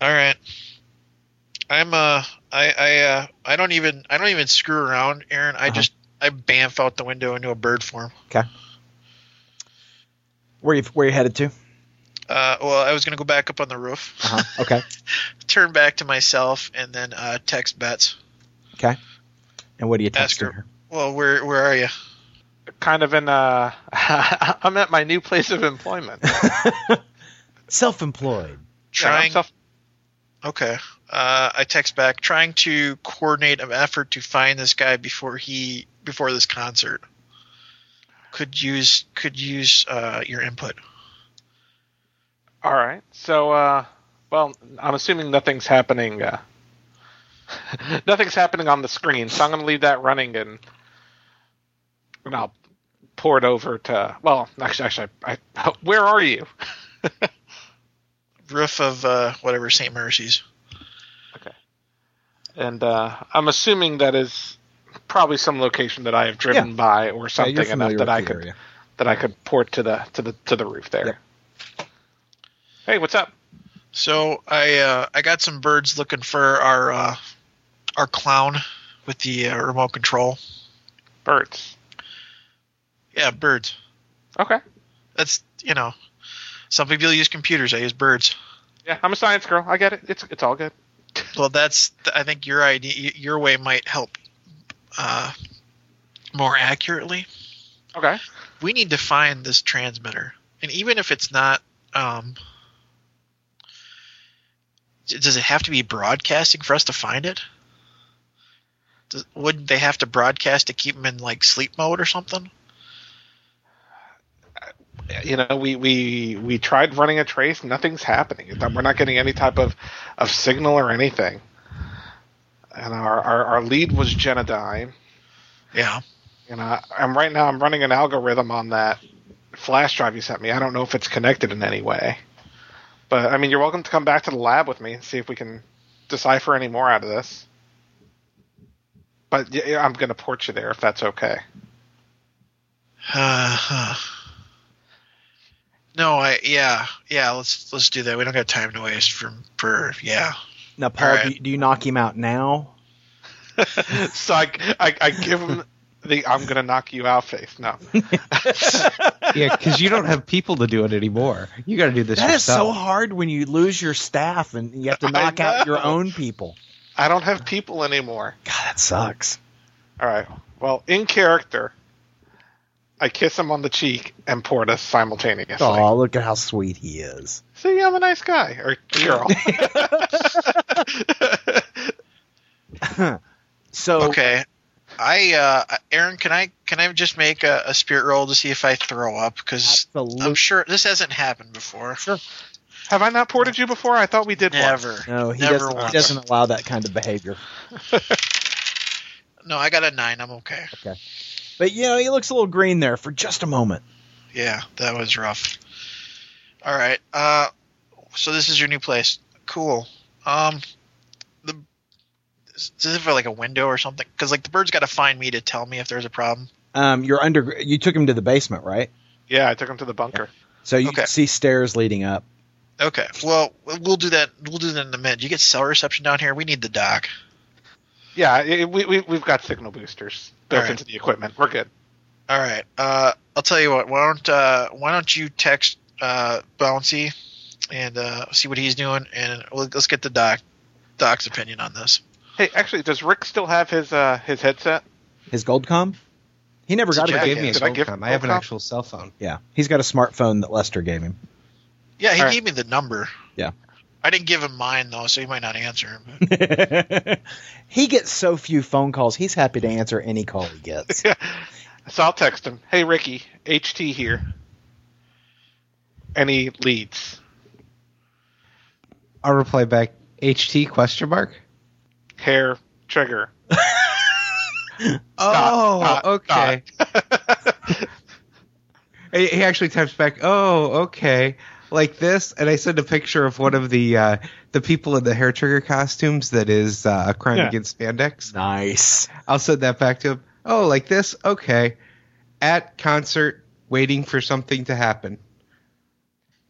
S7: All right. I'm uh, I I uh, I don't even I don't even screw around, Aaron.
S9: Uh-huh.
S7: I just I bamf out the window into a bird form.
S5: Where you where you headed to?
S7: Uh, well, I was gonna go back up on the roof,
S5: Uh-huh. Okay.
S7: turn back to myself, and then uh, text Bets.
S5: Okay. And what do you
S7: Ask
S5: texting
S7: her.
S5: her?
S7: Well, where where are you?
S6: Kind of in uh, I'm at my new place of employment.
S5: Self-employed.
S6: Yeah, I'm
S7: Trying.
S6: self-
S7: Okay. Uh, I text back trying to coordinate an effort to find this guy before he before this concert. Could use could use uh, your input.
S6: All right. So, uh, well, I'm assuming nothing's happening. Uh, nothing's happening on the screen, so I'm going to leave that running and, and I'll pour it over to. Well, actually, actually, I, I, where are you?
S7: Roof of uh, whatever St. Mercy's.
S6: And uh, I'm assuming that is probably some location that I have driven
S5: Yeah.
S6: by or something
S5: you're
S6: enough
S5: familiar
S6: that
S5: with
S6: I
S5: the
S6: could
S5: area.
S6: that I could port to the to the to the roof there.
S5: Yep.
S6: Hey, what's up?
S7: So I uh, I got some birds looking for our uh, our clown with the uh, remote control.
S6: Birds.
S7: Yeah, birds.
S6: Okay.
S7: That's you know, some people use computers. I use birds.
S6: Yeah, I'm a science girl. I get it. It's it's all good.
S7: Well, that's I think your idea, your way might help uh, more accurately.
S6: Okay.
S7: We need to find this transmitter, and even if it's not, um, d- does it have to be broadcasting for us to find it? Does, wouldn't they have to broadcast to keep him in like sleep mode or something?
S6: you know we we we tried running a trace nothing's happening It's not- we're not getting any type of of signal or anything and our our, our lead was genodyne
S7: Yeah.
S6: and I, i'm right now i'm running an algorithm on that flash drive you sent me i don't know if it's connected in any way but i mean you're welcome to come back to the lab with me and see if we can decipher any more out of this but y- yeah, i'm going to port you there if that's okay
S7: Uh, no, I yeah yeah. Let's let's do that. We don't got time to waste from for yeah.
S5: Now, Paul,
S7: All right.
S5: do, you, do you knock him out now?
S6: so I, I, I give him the I'm gonna knock you out face. No,
S8: Yeah, because you don't have people to do it anymore. You got to do this
S5: That is so
S8: yourself.
S5: hard when you lose your staff and you have to knock out your own people.
S6: I don't have people anymore.
S5: God, that sucks.
S6: All right. Well, in character, I kiss him on the cheek and Porta simultaneously.
S5: Oh, look at how sweet he is.
S6: See, I'm a nice guy or girl.
S5: So,
S7: Okay. I uh Aaron, can I can I just make a, a spirit roll to see if I throw up? Because I'm
S6: Oh,
S5: absolutely.
S7: sure this hasn't happened before. Sure.
S6: have I not ported you before? I thought we did once.
S7: Never.
S5: No, he
S7: Never
S5: doesn't, he
S7: once.
S5: doesn't allow that kind of behavior.
S7: No, I got a nine. I'm okay.
S5: But, you know, he looks a little green there for just a moment.
S7: Yeah, that was rough. All right. Uh, so this is your new place. Cool. Um, the is this for like a window or something? Because like the bird's got to find me to tell me if there's a problem.
S5: Um, you're under. You took him to the basement, right?
S6: Yeah, I took him to the bunker.
S5: So you
S7: Okay.
S5: see stairs leading up.
S7: Okay. Well, we'll do that. We'll do that in a minute. You get cell reception down here. We need the dock.
S6: Yeah, it, we, we we've got signal boosters built
S7: All right.
S6: into the equipment. We're good.
S7: All right. Uh, I'll tell you what. Why don't uh, Why don't you text uh, Bouncy and uh, see what he's doing, and we'll, let's get the doc doc's opinion on this.
S6: Hey, actually, does Rick still have his uh his headset?
S5: His gold com. He never got
S7: Did
S5: it.
S7: you-
S8: Gave me a
S6: Did I
S8: gold
S6: give-
S8: com. I have an
S6: gold com?
S8: actual cell phone.
S5: Yeah, he's got a smartphone that Lester gave him.
S7: Yeah, he
S6: All right.
S7: gave me the number.
S5: Yeah.
S7: I didn't give him mine though, so he might not answer. But
S5: he gets so few phone calls. He's happy to answer any call he gets.
S6: So I'll text him. Hey, Ricky, HT here. Any leads?
S8: I'll reply back. HT question mark.
S6: Hair trigger.
S8: Oh,
S6: dot,
S8: okay. he he actually types back, "Oh, okay." Like this, and I sent a picture of one of the uh, the people in the hair trigger costumes that is uh, a crime
S6: Yeah.
S8: against spandex.
S5: nice.
S8: I'll send that back to him. Oh, like this? Okay. At concert, waiting for something to happen.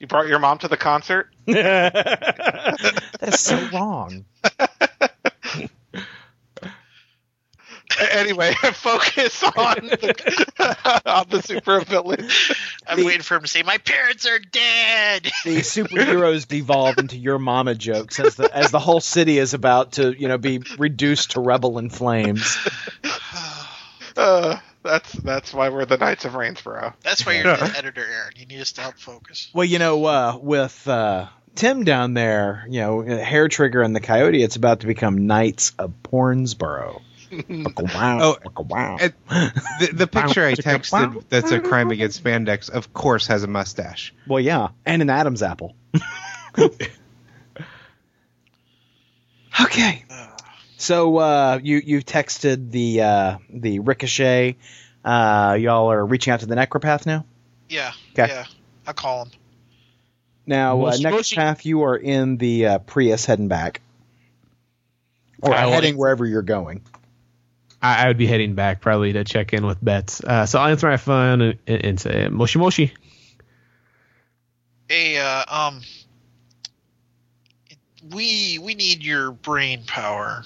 S6: You brought your mom to the concert?
S5: That's so wrong.
S6: A- Anyway, focus on the, on the super village.
S7: I'm waiting for him to say, "My parents are dead."
S5: The superheroes devolve into your mama jokes as the as the whole city is about to you know be reduced to rubble and flames.
S6: Uh, that's that's why we're the Knights of Rainsboro.
S7: That's why you're the editor, Aaron. You need us to help focus.
S5: Well, you know, uh, with uh, Tim down there, you know, uh, Hair Trigger and the Coyote, it's about to become Knights of Pornsboro. wow! wow!
S8: And the, the picture I texted that's a crime against spandex, of course, has a mustache.
S5: Well, yeah, and an Adam's apple. okay. So uh, you you texted the uh, the ricochet. Uh, y'all are reaching out to the necropath now.
S7: Yeah.
S5: 'Kay.
S7: Yeah. I'll call him.
S5: Now, uh,
S2: Mushy, mushy.
S5: necropath, you are in the uh, Prius heading back, or
S4: I will-
S5: heading wherever you're going.
S4: I, I would be heading back probably to check in with Bets. Uh, so I'll answer my phone and, and, and say, Moshi Moshi.
S7: Hey, uh, um, we we need your brain power.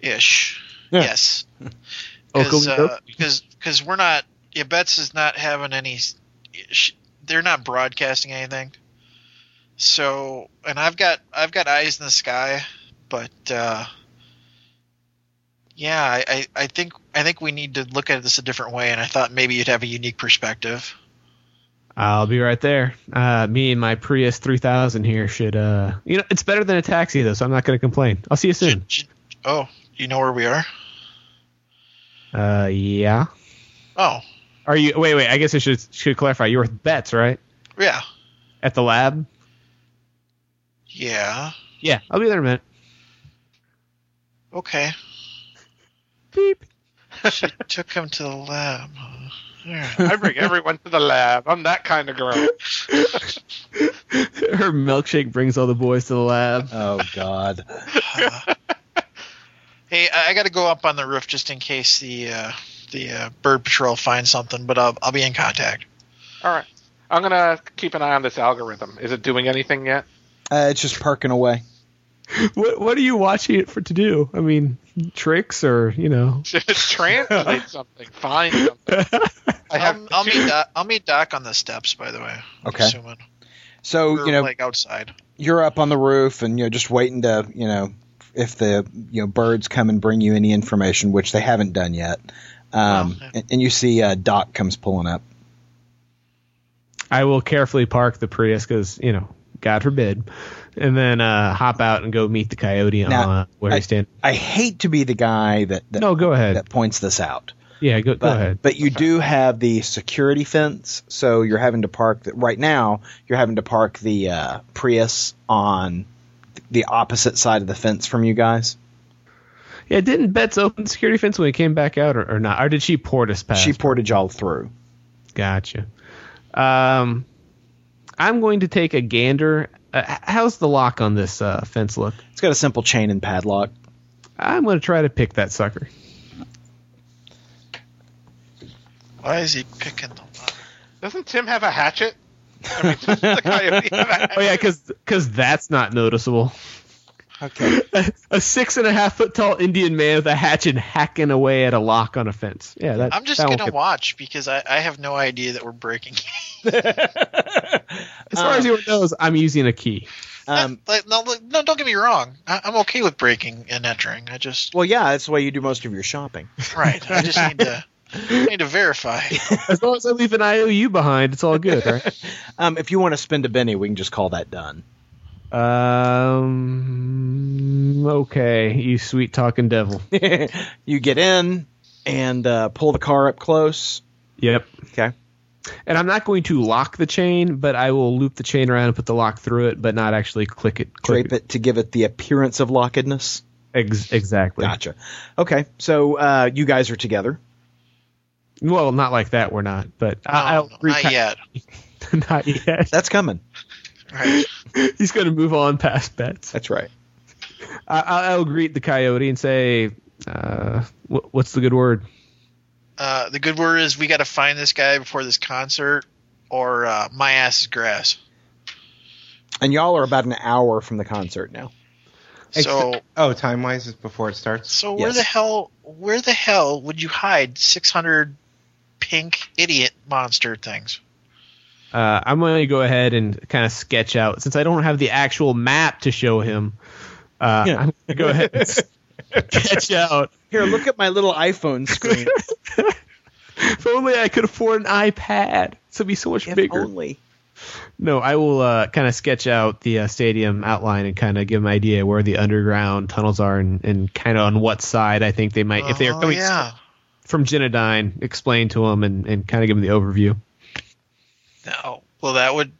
S7: Ish.
S5: Yeah.
S7: Yes.
S4: Oh,
S7: Because
S4: cool.
S7: because we're not. Yeah, Betts is not having any. s- sh- They're not broadcasting anything. So, and I've got I've got eyes in the sky, but uh, yeah, I, I, I think I think we need to look at this a different way. And I thought maybe you'd have a unique perspective.
S4: I'll be right there. Uh, me and my Prius 3000 here should, uh, you know, it's better than a taxi though, so I'm not going to complain. I'll see you soon.
S7: J- j- Oh, you know where we are?
S4: Uh, yeah.
S7: Oh,
S4: Are you? Wait, wait. I guess I should should clarify. You're with Bets, right?
S7: yeah.
S4: At the lab.
S7: Yeah.
S4: Yeah, I'll be there in a minute.
S7: Okay.
S4: Beep.
S7: She took him to the lab. huh? All right.
S6: I bring everyone to the lab. I'm that kind of girl.
S4: Her milkshake brings all the boys to the lab.
S5: Oh God!
S7: Hey, I I got to go up on the roof just in case the uh, the uh, bird patrol finds something, but I'll, I'll be in contact.
S6: All right. I'm going to keep an eye on this algorithm. Is it doing anything yet?
S5: Uh, it's just parking away.
S4: What What are you watching it for to do? I mean, tricks or you know?
S6: Translate something. Find something. I have
S7: I'll, I'll meet Doc, I'll meet Doc on the steps, by the way. I'm
S5: Okay.
S7: assuming.
S5: So
S7: Or,
S5: you know,
S7: like outside.
S5: you're up on the roof and you're just waiting to you know if the you know birds come and bring you any information which they haven't done yet um,
S7: Wow.
S5: and, and you see uh, doc comes pulling up
S4: I will carefully park the Prius because you know, God forbid, and then uh, hop out and go meet the coyote
S5: Now,
S4: on uh, where
S5: I,
S4: he's standing.
S5: I hate to be the guy that that,
S4: No, go ahead.
S5: that points this out
S4: Yeah, go, go
S5: but,
S4: ahead.
S5: but you do have the security fence so you're having to park the, right now you're having to park the uh, prius on the opposite side of the fence from you guys
S4: Yeah, didn't Bets open the security fence when he came back out, or, or not? Or did she port us past?
S5: she portage all through
S4: Gotcha. Um, I'm going to take a gander Uh, h- how's the lock on this uh, fence look?
S5: It's got a simple chain and padlock.
S4: I'm going to try to pick that sucker.
S7: Why is he picking the lock?
S6: Doesn't Tim have a hatchet? I mean, does the coyote have a hatchet?
S4: Oh yeah, because that's not noticeable.
S5: Okay.
S4: A six and a half foot tall Indian man with a hatchet hacking away at a lock on a fence. Yeah, that,
S7: I'm just
S4: that one
S7: gonna
S4: could-
S7: watch because I, I have no idea that we're breaking.
S4: As far as anyone knows, I'm using a key.
S5: Um,
S7: like, no, look, no, don't get me wrong. I, I'm okay with breaking and entering. I just
S5: well, yeah, that's the way you do most of your shopping.
S7: right. I just need to I need to verify.
S4: As long as I leave an IOU behind, it's all good, right?
S5: Um, if you want to spend a penny, we can just call that done.
S4: um, okay, you sweet talking devil.
S5: you get in and uh, pull the car up close.
S4: Yep.
S5: Okay.
S4: And I'm not going to lock the chain, but I will loop the chain around and put the lock through it, but not actually click it. Click
S5: Drape it to give it the appearance of lockedness.
S4: Ex- exactly.
S5: Gotcha. Okay, so uh, you guys are together.
S4: Well, not like that. We're not, but
S5: Oh,
S4: I-
S7: No,
S4: I'll
S7: no,
S4: repack-
S7: Um, not yet.
S4: not yet.
S5: That's coming.
S7: Right.
S4: He's going to move on past bets.
S5: That's right.
S4: I- I- I'll greet the coyote and say, uh, wh- "What's the good word?"
S7: Uh, the good word is we got to find this guy before this concert, or uh, my ass is grass.
S5: And y'all are about an hour from the concert now.
S7: So
S8: Oh, time wise is before it starts.
S7: so where
S5: Yes.
S7: the hell where the hell would you hide six hundred pink idiot monster things?
S4: Uh, I'm going to go ahead and kind of sketch out since I don't have the actual map to show him. Uh,
S5: Yeah.
S4: I'm going to go ahead and sketch out.
S5: Here, look at my little iPhone screen.
S4: If only I could afford an iPad. This would be so much
S5: if
S4: bigger.
S5: only.
S4: No, I will uh, kind of sketch out the uh, stadium outline and kind of give them an idea where the underground tunnels are and, and kind of on what side I think they might, if they are
S7: Oh,
S4: coming
S7: yeah.
S4: from Genadine, explain to them and, and kind of give them the overview.
S7: No. Well, that would.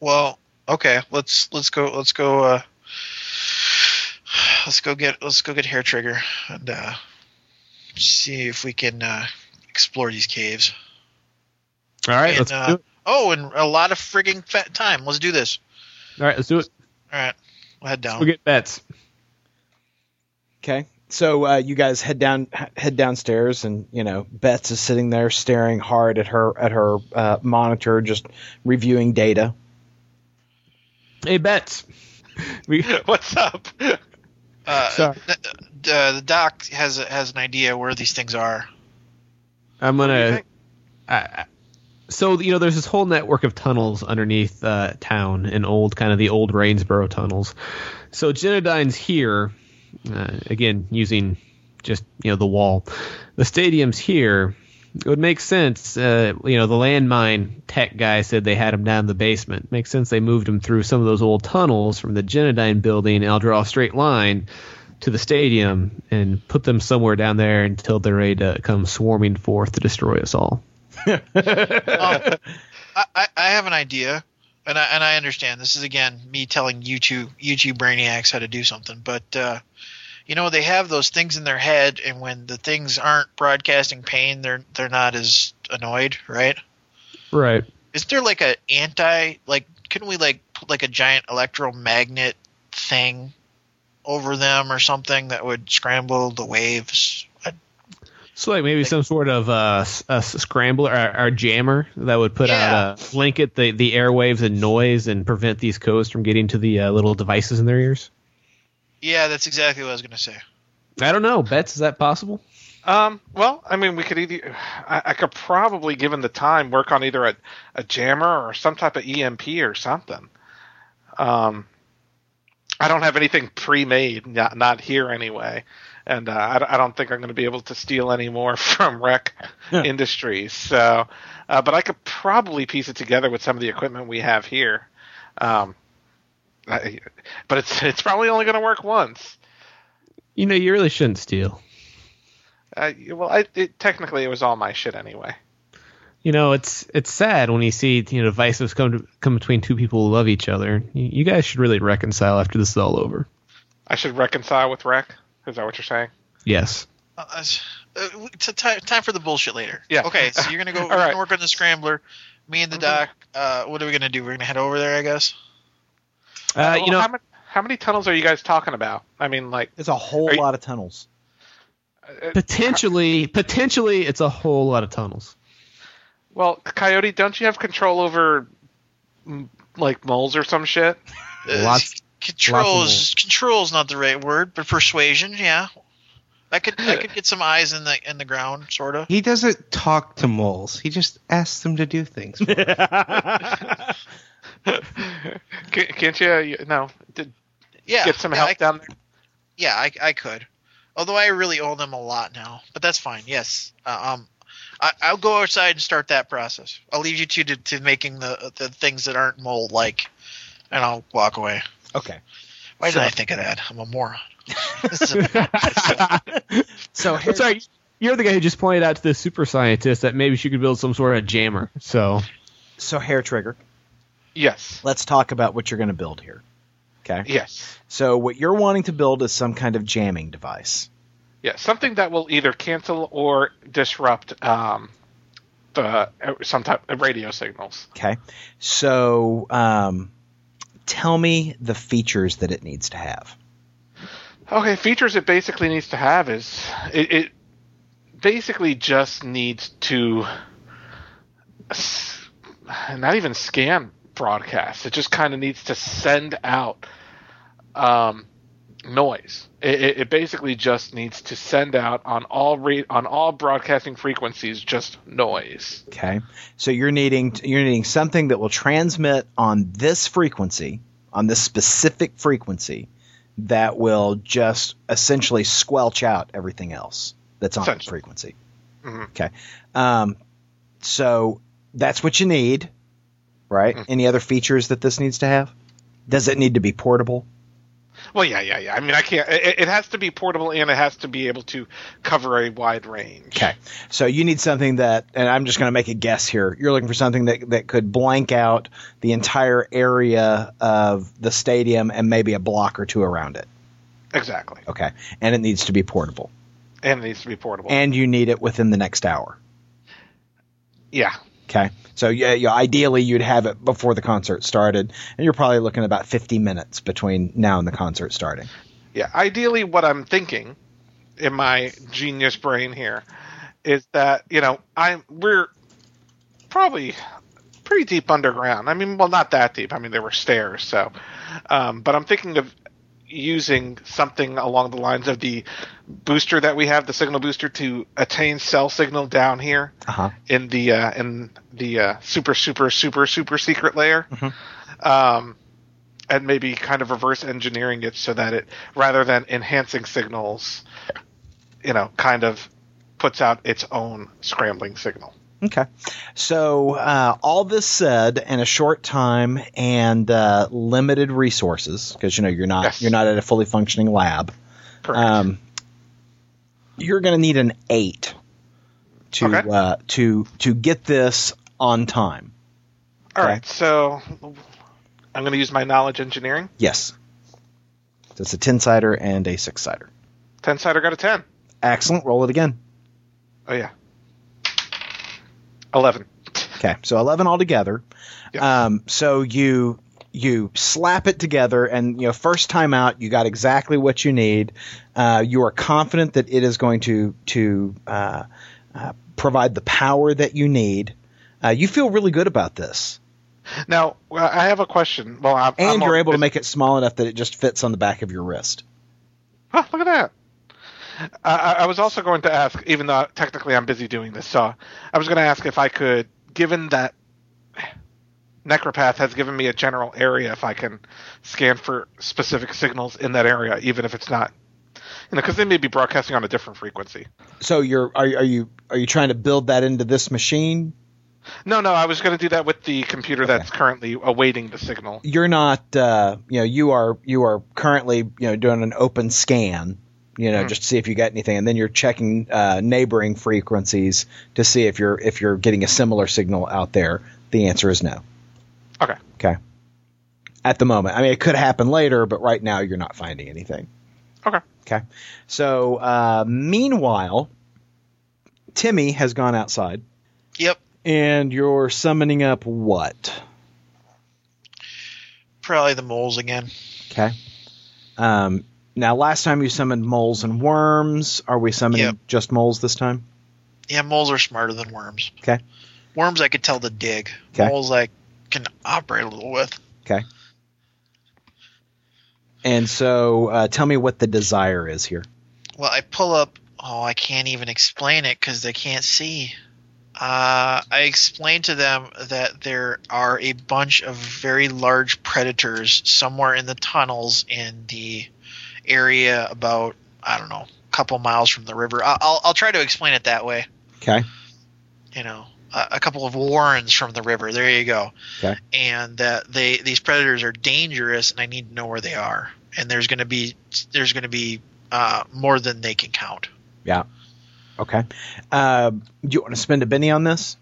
S7: Well, okay. Let's let's go. Let's go. Uh, let's go get let's go get hair trigger and uh, see if we can uh, explore these caves.
S4: All right,
S7: And,
S4: let's
S7: uh,
S4: do it.
S7: Oh, and a lot of frigging fat time. Let's do this.
S4: All right, let's do it.
S7: All right, we'll head down.
S4: We'll get bets.
S5: Okay. So uh, you guys head down, head downstairs, and you know Bets is sitting there staring hard at her at her uh, monitor, just reviewing data.
S4: Hey, bets. We,
S6: What's up?
S7: uh,
S4: sorry.
S7: th- th- uh, the doc has a- has an idea where these things are.
S4: I'm
S6: you
S4: gonna.
S6: think?
S4: I, I- so you know, there's this whole network of tunnels underneath uh, town and old kind of the old Rainsboro tunnels. So Genadine's here, uh, again using just you know the wall. The stadium's here. It would make sense, uh, you know, the landmine tech guy said they had him down in the basement. Makes sense they moved him through some of those old tunnels from the Genadine building. And I'll draw a straight line to the stadium and put them somewhere down there until they're ready to come swarming forth to destroy us all.
S7: I, I, I have an idea, and I, and I understand this is again me telling you two you two brainiacs how to do something, but uh, you know they have those things in their head, and when the things aren't broadcasting pain, they're they're not as annoyed, right?
S4: Right.
S7: Is there like a anti like? Couldn't we like put like a giant electromagnet thing over them or something that would scramble the waves? I,
S4: So like maybe some sort of uh, s- a s- scrambler or, or jammer that would put out a blanket the the airwaves and noise and prevent these codes from getting to the uh, little devices in their ears.
S7: yeah, that's exactly what I was gonna say.
S4: I don't know. Bets is that possible?
S6: Um, well, I mean, we could either. I, I could probably, given the time, work on either a, a jammer or some type of EMP or something. Um, I don't have anything pre-made, not, not here anyway, and uh, I, don't- I don't think I'm going to be able to steal any more from Rec Industries. So, uh, but I could probably piece it together with some of the equipment we have here. Um, I, but it's it's probably only going to work once.
S4: You know, you really shouldn't steal.
S6: Uh, well, I, it, technically, it was all my shit anyway.
S4: You know, it's it's sad when you see you know devices come to, come between two people who love each other. You, you guys should really reconcile after this is all over.
S6: I should reconcile with Rec. Is that what you're saying?
S4: Yes.
S7: Uh, it's- uh, it's a ti- time for the bullshit later.
S6: Yeah.
S7: Okay, so you're gonna go
S6: All
S7: we're
S6: right.
S7: gonna work on the scrambler. Me and the doc. Uh, what are we gonna do? We're gonna head over there, I guess.
S4: Uh, you
S6: Well,
S4: know,
S6: how, many, how many tunnels are you guys talking about? I mean, like,
S5: There's a whole
S6: Are you-
S5: lot of tunnels.
S4: potentially, potentially, it's a whole lot of tunnels.
S6: well, Coyote, don't you have control over m- like moles or some shit?
S7: Uh,
S4: Lots-
S7: controls controls not the right word, but persuasion, yeah. I could I could get some eyes in the in the ground, sort of.
S8: He doesn't talk to moles. He just asks them to do things.
S6: Can, can't you? you no, d-
S7: Yeah,
S6: get some
S7: yeah,
S6: help
S7: I,
S6: down there.
S7: Yeah, I, I could. Although I really owe them a lot now, but that's fine. Yes, uh, um, I, I'll go outside and start that process. I'll leave you two to, to making the the things that aren't mold like, and I'll walk away.
S5: Okay.
S7: Why did I think of that? I'm a moron.
S5: So Harry,
S4: That's all right. You're the guy who just pointed out to the super scientist that maybe she could build some sort of jammer. So
S5: so hair trigger.
S6: Yes,
S5: Let's talk about what you're going to build here. Okay.
S6: yes,
S5: So what you're wanting to build is some kind of jamming device.
S6: yes. Something that will either cancel or disrupt um, the uh, some type of radio signals.
S5: Okay. So um, tell me the features that it needs to have.
S6: Okay, features it basically needs to have is it, it basically just needs to s- not even scan broadcast. It just kind of needs to send out um, noise. It, it, it basically just needs to send out on all re- on all broadcasting frequencies just noise.
S5: Okay. So you're needing you're needing something that will transmit on this frequency, on this specific frequency, that will just essentially squelch out everything else that's on that
S6: Essentially. Mm-hmm.
S5: frequency. Okay. Um, so that's what you need, right?
S6: Mm-hmm.
S5: Any other features that this needs to have? Does it need to be portable?
S6: Well, yeah, yeah, yeah. I mean, I can't. It, it has to be portable and it has to be able to cover a wide range.
S5: Okay. So you need something that, and I'm just going to make a guess here. You're looking for something that, that could blank out the entire area of the stadium and maybe a block or two around it.
S6: Exactly,
S5: Okay. And it needs to be portable.
S6: and it needs to be portable.
S5: And you need it within the next hour.
S6: yeah.
S5: Okay. So yeah, you, ideally you'd have it before the concert started, and you're probably looking at about 50 minutes between now and the concert starting.
S6: Yeah, ideally, what I'm thinking in my genius brain here is that you know I'm we're probably pretty deep underground. I mean, well, not that deep. I mean, there were stairs, so. Um, but I'm thinking of using something along the lines of the booster that we have, the signal booster, to attain cell signal down here
S5: Uh-huh.
S6: in the uh, in the uh, super super super super secret layer.
S5: Mm-hmm.
S6: Um, and maybe kind of reverse engineering it so that it rather than enhancing signals you know kind of puts out its own scrambling signal
S5: Okay. So uh, all this said, in a short time and uh, limited resources, because you know you're not
S6: Yes.
S5: you're not at a fully functioning lab.
S6: correct
S5: Um, you're going to need an eight to
S6: Okay.
S5: uh, to to get this on time.
S6: all right so i'm going to use my knowledge engineering
S5: Yes. So it's a ten sider and a six sider.
S6: 10 sider got a 10
S5: Excellent. Roll it again.
S6: oh yeah 11
S5: Okay, so eleven altogether.
S6: Yeah.
S5: Um, so you you slap it together, and you know, first time out, you got exactly what you need. Uh, you are confident that it is going to to uh, uh, provide the power that you need. Uh, you feel really good about this,
S6: now well, i have a question well I'm,
S5: and
S6: I'm
S5: you're
S6: all-
S5: able to make it small enough that it just fits on the back of your wrist.
S6: Huh, Ah, look at that. I, I- I was also going to ask, even though technically I'm busy doing this, so I was going to ask if I could, given that Necropath has given me a general area, if I can scan for specific signals in that area, even if it's not, you know, because they may be broadcasting on a different frequency.
S5: So you're are, are you are you trying to build that into this machine?
S6: No, no, I was going to do that with the computer that's currently awaiting the signal.
S5: you're not uh, you know you are you are currently you know doing an open scan you know just to see if you got anything and then you're checking uh, neighboring frequencies to see if you're if you're getting a similar signal out there the answer is no
S6: Okay.
S5: okay at the moment i mean it could happen later but right now you're not finding anything
S6: Okay.
S5: okay so uh, meanwhile timmy has gone outside
S7: Yep.
S5: and you're summoning up what
S7: probably the moles again.
S5: Okay. Um, now, last time you summoned moles and worms. Are we summoning
S7: Yep.
S5: just moles this time?
S7: Yeah, moles are smarter than worms.
S5: Okay.
S7: Worms I could tell to dig.
S5: 'Kay.
S7: Moles I can operate a little with.
S5: Okay. And so, uh, tell me what the desire is here.
S7: Well, I pull up. Oh, I can't even explain it because they can't see. Uh, I explain to them that there are a bunch of very large predators somewhere in the tunnels in the area about I don't know, a couple miles from the river. I- I'll I'll try to explain it that way.
S5: Okay.
S7: you know a, a couple of warrens from the river there you go
S5: Okay.
S7: and that they these predators are dangerous and i need to know where they are and there's going to be there's going to be uh, more than they can count
S5: Yeah. Okay. Uh, do you want to spend a penny on this?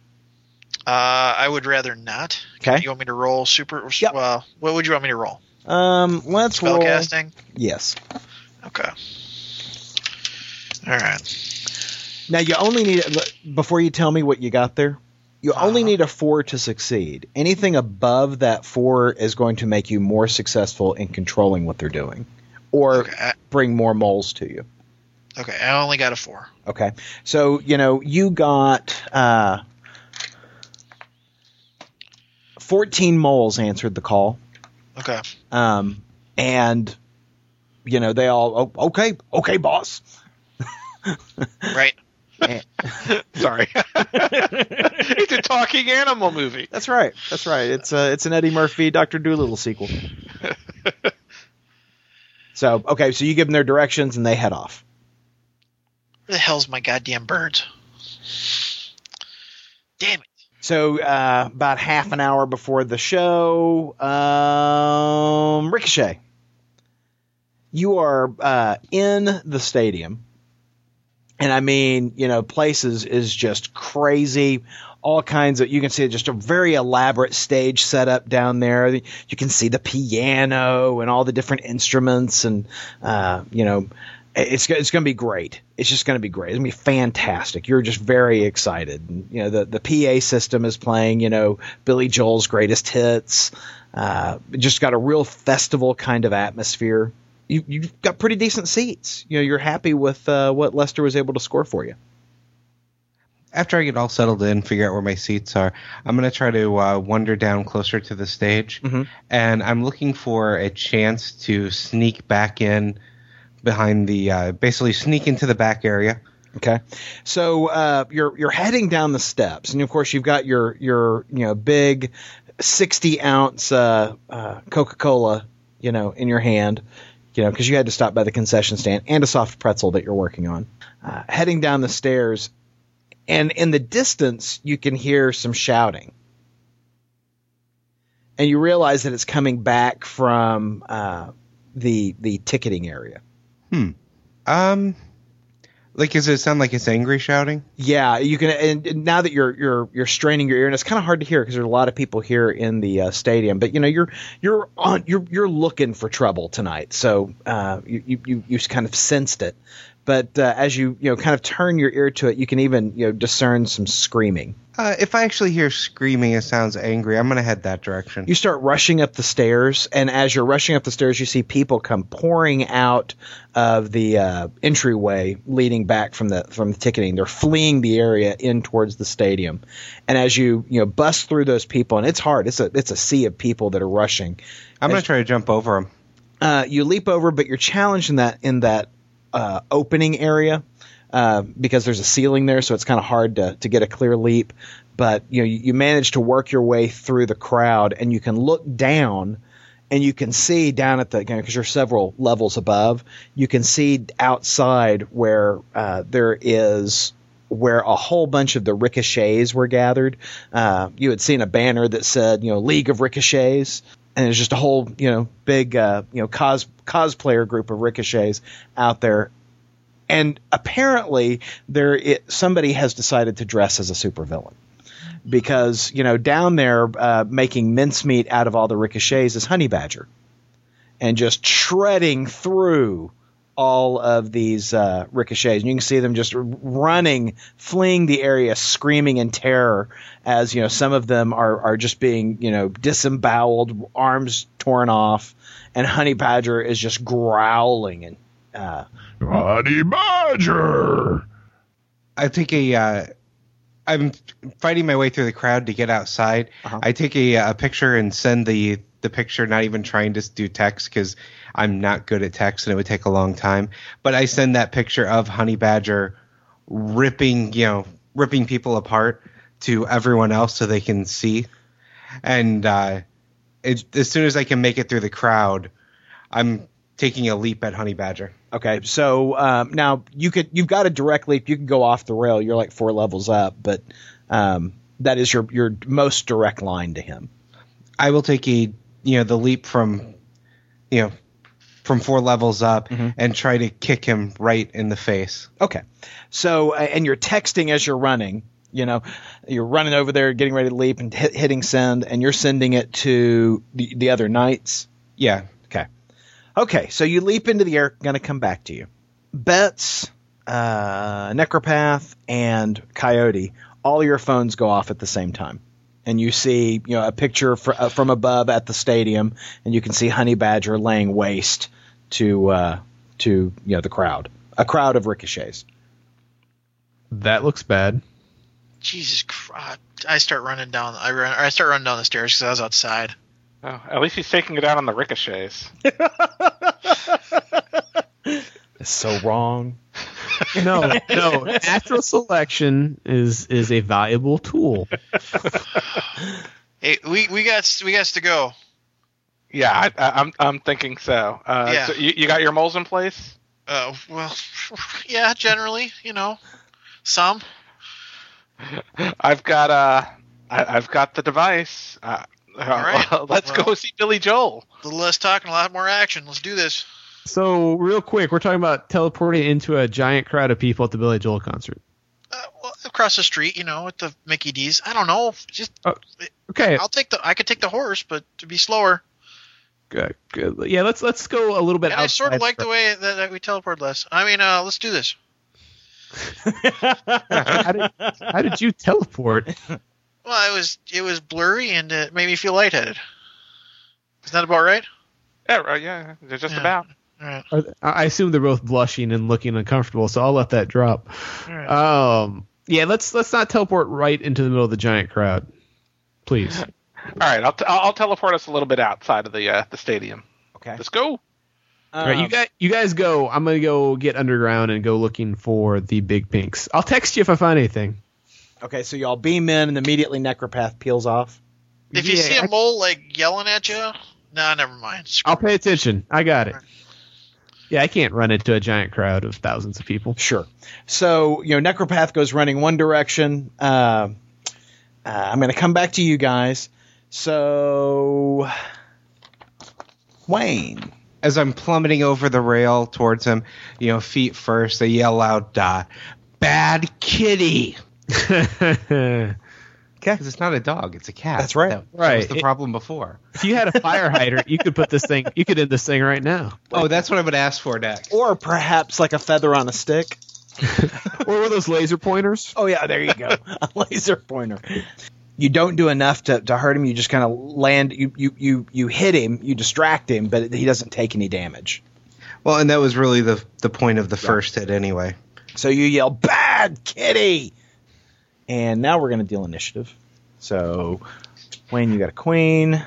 S7: uh, i would rather not
S5: Okay.
S7: you want me to roll super
S5: Yep.
S7: uh, what would you want me to roll
S5: Um, let's roll.
S7: spellcasting
S5: Yes.
S7: okay all right
S5: Now you only need before you tell me what you got there. You only
S7: Uh-huh.
S5: need a four to succeed. Anything above that four is going to make you more successful in controlling what they're doing, or
S7: okay I,
S5: bring more moles to you.
S7: okay i only got a four
S5: Okay, so you know you got uh, fourteen moles answered the call,
S7: okay
S5: um, and you know they all oh, okay, okay, boss.
S7: right
S6: Sorry. it's a talking animal movie.
S5: That's right. That's right. It's uh, it's an Eddie Murphy Doctor Doolittle sequel. so okay, so you give them their directions and they head off.
S7: where the hell's my goddamn birds damn it
S5: So uh, about half an hour before the show, um, Ricochet, you are uh, in the stadium, and I mean, you know, places is just crazy. All kinds of you can see just a very elaborate stage setup down there. You can see the piano and all the different instruments, and uh, you know, it's go- it's going to be great. It's just going to be great. It's going to be fantastic. You're just very excited. And, you know, the the PA system is playing. You know, Billy Joel's greatest hits. Uh, just got a real festival kind of atmosphere. You you've got pretty decent seats. You know, you're happy with uh, what Lester was able to score for you.
S8: After I get all settled in, figure out where my seats are, I'm going to try to uh, wander down closer to the stage.
S5: Mhm.
S8: And I'm looking for a chance to sneak back in behind the, uh, basically sneak into the back area.
S5: Okay, so uh, you're you're heading down the steps, and of course you've got your your you know big sixty ounce uh, uh, Coca Cola you know in your hand, you know because you had to stop by the concession stand and a soft pretzel that you're working on. Uh, heading down the stairs, and in the distance you can hear some shouting, and you realize that it's coming back from uh, the the ticketing area.
S8: Um, like, does it sound like it's angry shouting?
S5: Yeah, you can. And, and now that you're you're you're straining your ear, and it's kind of hard to hear because there's a lot of people here in the uh, stadium. But you know, you're you're on you're you're looking for trouble tonight, so uh, you you you, you kind of sensed it. But uh, as you you know, kind of turn your ear to it, you can even you know discern some screaming.
S8: Uh, if I actually hear screaming, it sounds angry. I'm going to head that direction.
S5: You start rushing up the stairs, and as you're rushing up the stairs, you see people come pouring out of the uh, entryway leading back from the from the ticketing. They're fleeing the area in towards the stadium, and as you you know bust through those people, and it's hard. It's a it's a sea of people that are rushing.
S8: I'm going to try to jump over them.
S5: Uh, you leap over, but you're challenged in that in that uh, opening area uh, because there's a ceiling there, so it's kind of hard to to get a clear leap. But you know you, you manage to work your way through the crowd, and you can look down, and you can see down at the because you know, 'cause you're several levels above, you can see outside where uh, there is. Where a whole bunch of the ricochets were gathered, uh, you had seen a banner that said, you know, League of Ricochets, and it's just a whole you know big uh, you know cos cosplayer group of ricochets out there and apparently there it, somebody has decided to dress as a supervillain because you know down there uh, making mincemeat out of all the ricochets is honey badger and just shredding through all of these uh, ricochets, and you can see them just r- running, fleeing the area, screaming in terror. As you know, some of them are are just being you know disemboweled, arms torn off, and Honey Badger is just growling and uh,
S9: Honey Badger.
S8: I take a. Uh, I'm fighting my way through the crowd to get outside. I take a, a picture and send the the picture, not even trying to do text because I'm not good at text and it would take a long time. But I send that picture of Honey Badger ripping, you know, ripping people apart to everyone else so they can see. And uh, it, as soon as I can make it through the crowd, I'm taking a leap at Honey Badger.
S5: Okay, so um, now you could you've got a direct leap. You can go off the rail. You're like four levels up, but um, that is your your most direct line to him.
S8: I will take a you know the leap from you know from four levels up
S5: Mm-hmm.
S8: and try to kick him right in the face.
S5: Okay, so a- and you're texting as you're running. You know, you're running over there, getting ready to leap and hit, hitting send, and you're sending it to the, the other knights.
S8: Yeah.
S5: Okay. Okay, so you leap into the air, going to come back to you. Bets, uh, Necropath, and Coyote, all your phones go off at the same time. And you see, you know, a picture fr- uh, from above at the stadium, and you can see Honey Badger laying waste to, uh, to you know, the crowd. A crowd of ricochets.
S4: That looks bad.
S7: Jesus Christ! I start running down. I run. I start running down the stairs because I was outside.
S6: Oh, at least he's taking it out on the ricochets.
S5: It's so wrong.
S4: No, no. Natural selection is is a valuable tool.
S7: Hey, we we got we got to go.
S6: Yeah, I, I, I'm I'm thinking so. Uh,
S7: Yeah.
S6: so you, you got your moles in place.
S7: Uh, well, yeah. Generally, you know, some.
S6: I've got uh, I, I've got the device. Uh,
S7: right.
S6: let's go
S7: Well-
S6: see Billy Joel.
S7: A little less talking, a lot more action. Let's do this.
S4: So real quick, we're talking about teleporting into a giant crowd of people at the Billy Joel concert.
S7: Uh, well, across the street, you know, at the Mickey D's. I don't know. Just
S4: Okay,
S7: I'll take the. I could take the horse, but to be slower.
S4: good, good. yeah. Let's let's go a little bit.
S7: And I sort of
S4: outside
S7: like the way that, that we teleported less. I mean, uh, let's do this.
S4: how, did, how did you teleport?
S7: Well, it was it was blurry and it made me feel lightheaded. Isn't that about right?
S6: Yeah, right, yeah, they're just
S7: Yeah.
S6: about.
S7: All right.
S4: Are th- I assume they're both blushing and looking uncomfortable, so I'll let that drop.
S7: All right.
S4: Um, yeah, let's let's not teleport right into the middle of the giant crowd, please.
S6: All right, I'll, t- I'll I'll teleport us a little bit outside of the uh, the stadium.
S5: Okay.
S6: Let's go.
S4: All
S5: um,
S4: right, you guys, you guys go. I'm gonna go get underground and go looking for the big pinks. I'll text you if I find anything.
S5: Okay, so y'all beam in, and immediately Necropath peels off.
S7: If you
S4: Yeah,
S7: see a
S4: I-
S7: mole like yelling at you, nah, never mind. Screw
S4: I'll pay attention. I got it. Yeah, I can't run into a giant crowd of thousands of people.
S5: Sure. So you know, Necropath goes running one direction. Uh, uh, I'm going to come back to you guys. So, Wayne.
S8: As I'm plummeting over the rail towards him, you know, feet first, they yell out, uh, "Bad kitty!"
S4: if
S8: Because it's not a dog, it's a cat.
S5: That's right.
S8: That, that was
S4: Right.
S8: the
S4: It-
S8: problem before.
S4: you had a fire hydrant, you could put this thing. You could end this thing right now,
S8: Oh, that's what I would ask for next.
S5: Or perhaps like a feather on a stick.
S4: or one of those laser pointers.
S5: Oh yeah, there you go. a laser pointer. You don't do enough to, to hurt him. You just kind of land. You, you you you hit him. You distract him, but he doesn't take any damage.
S8: Well, and that was really the the point of the first hit, anyway.
S5: So you yell, "Bad kitty!" And now we're going to deal initiative. So, Wayne, you got a queen.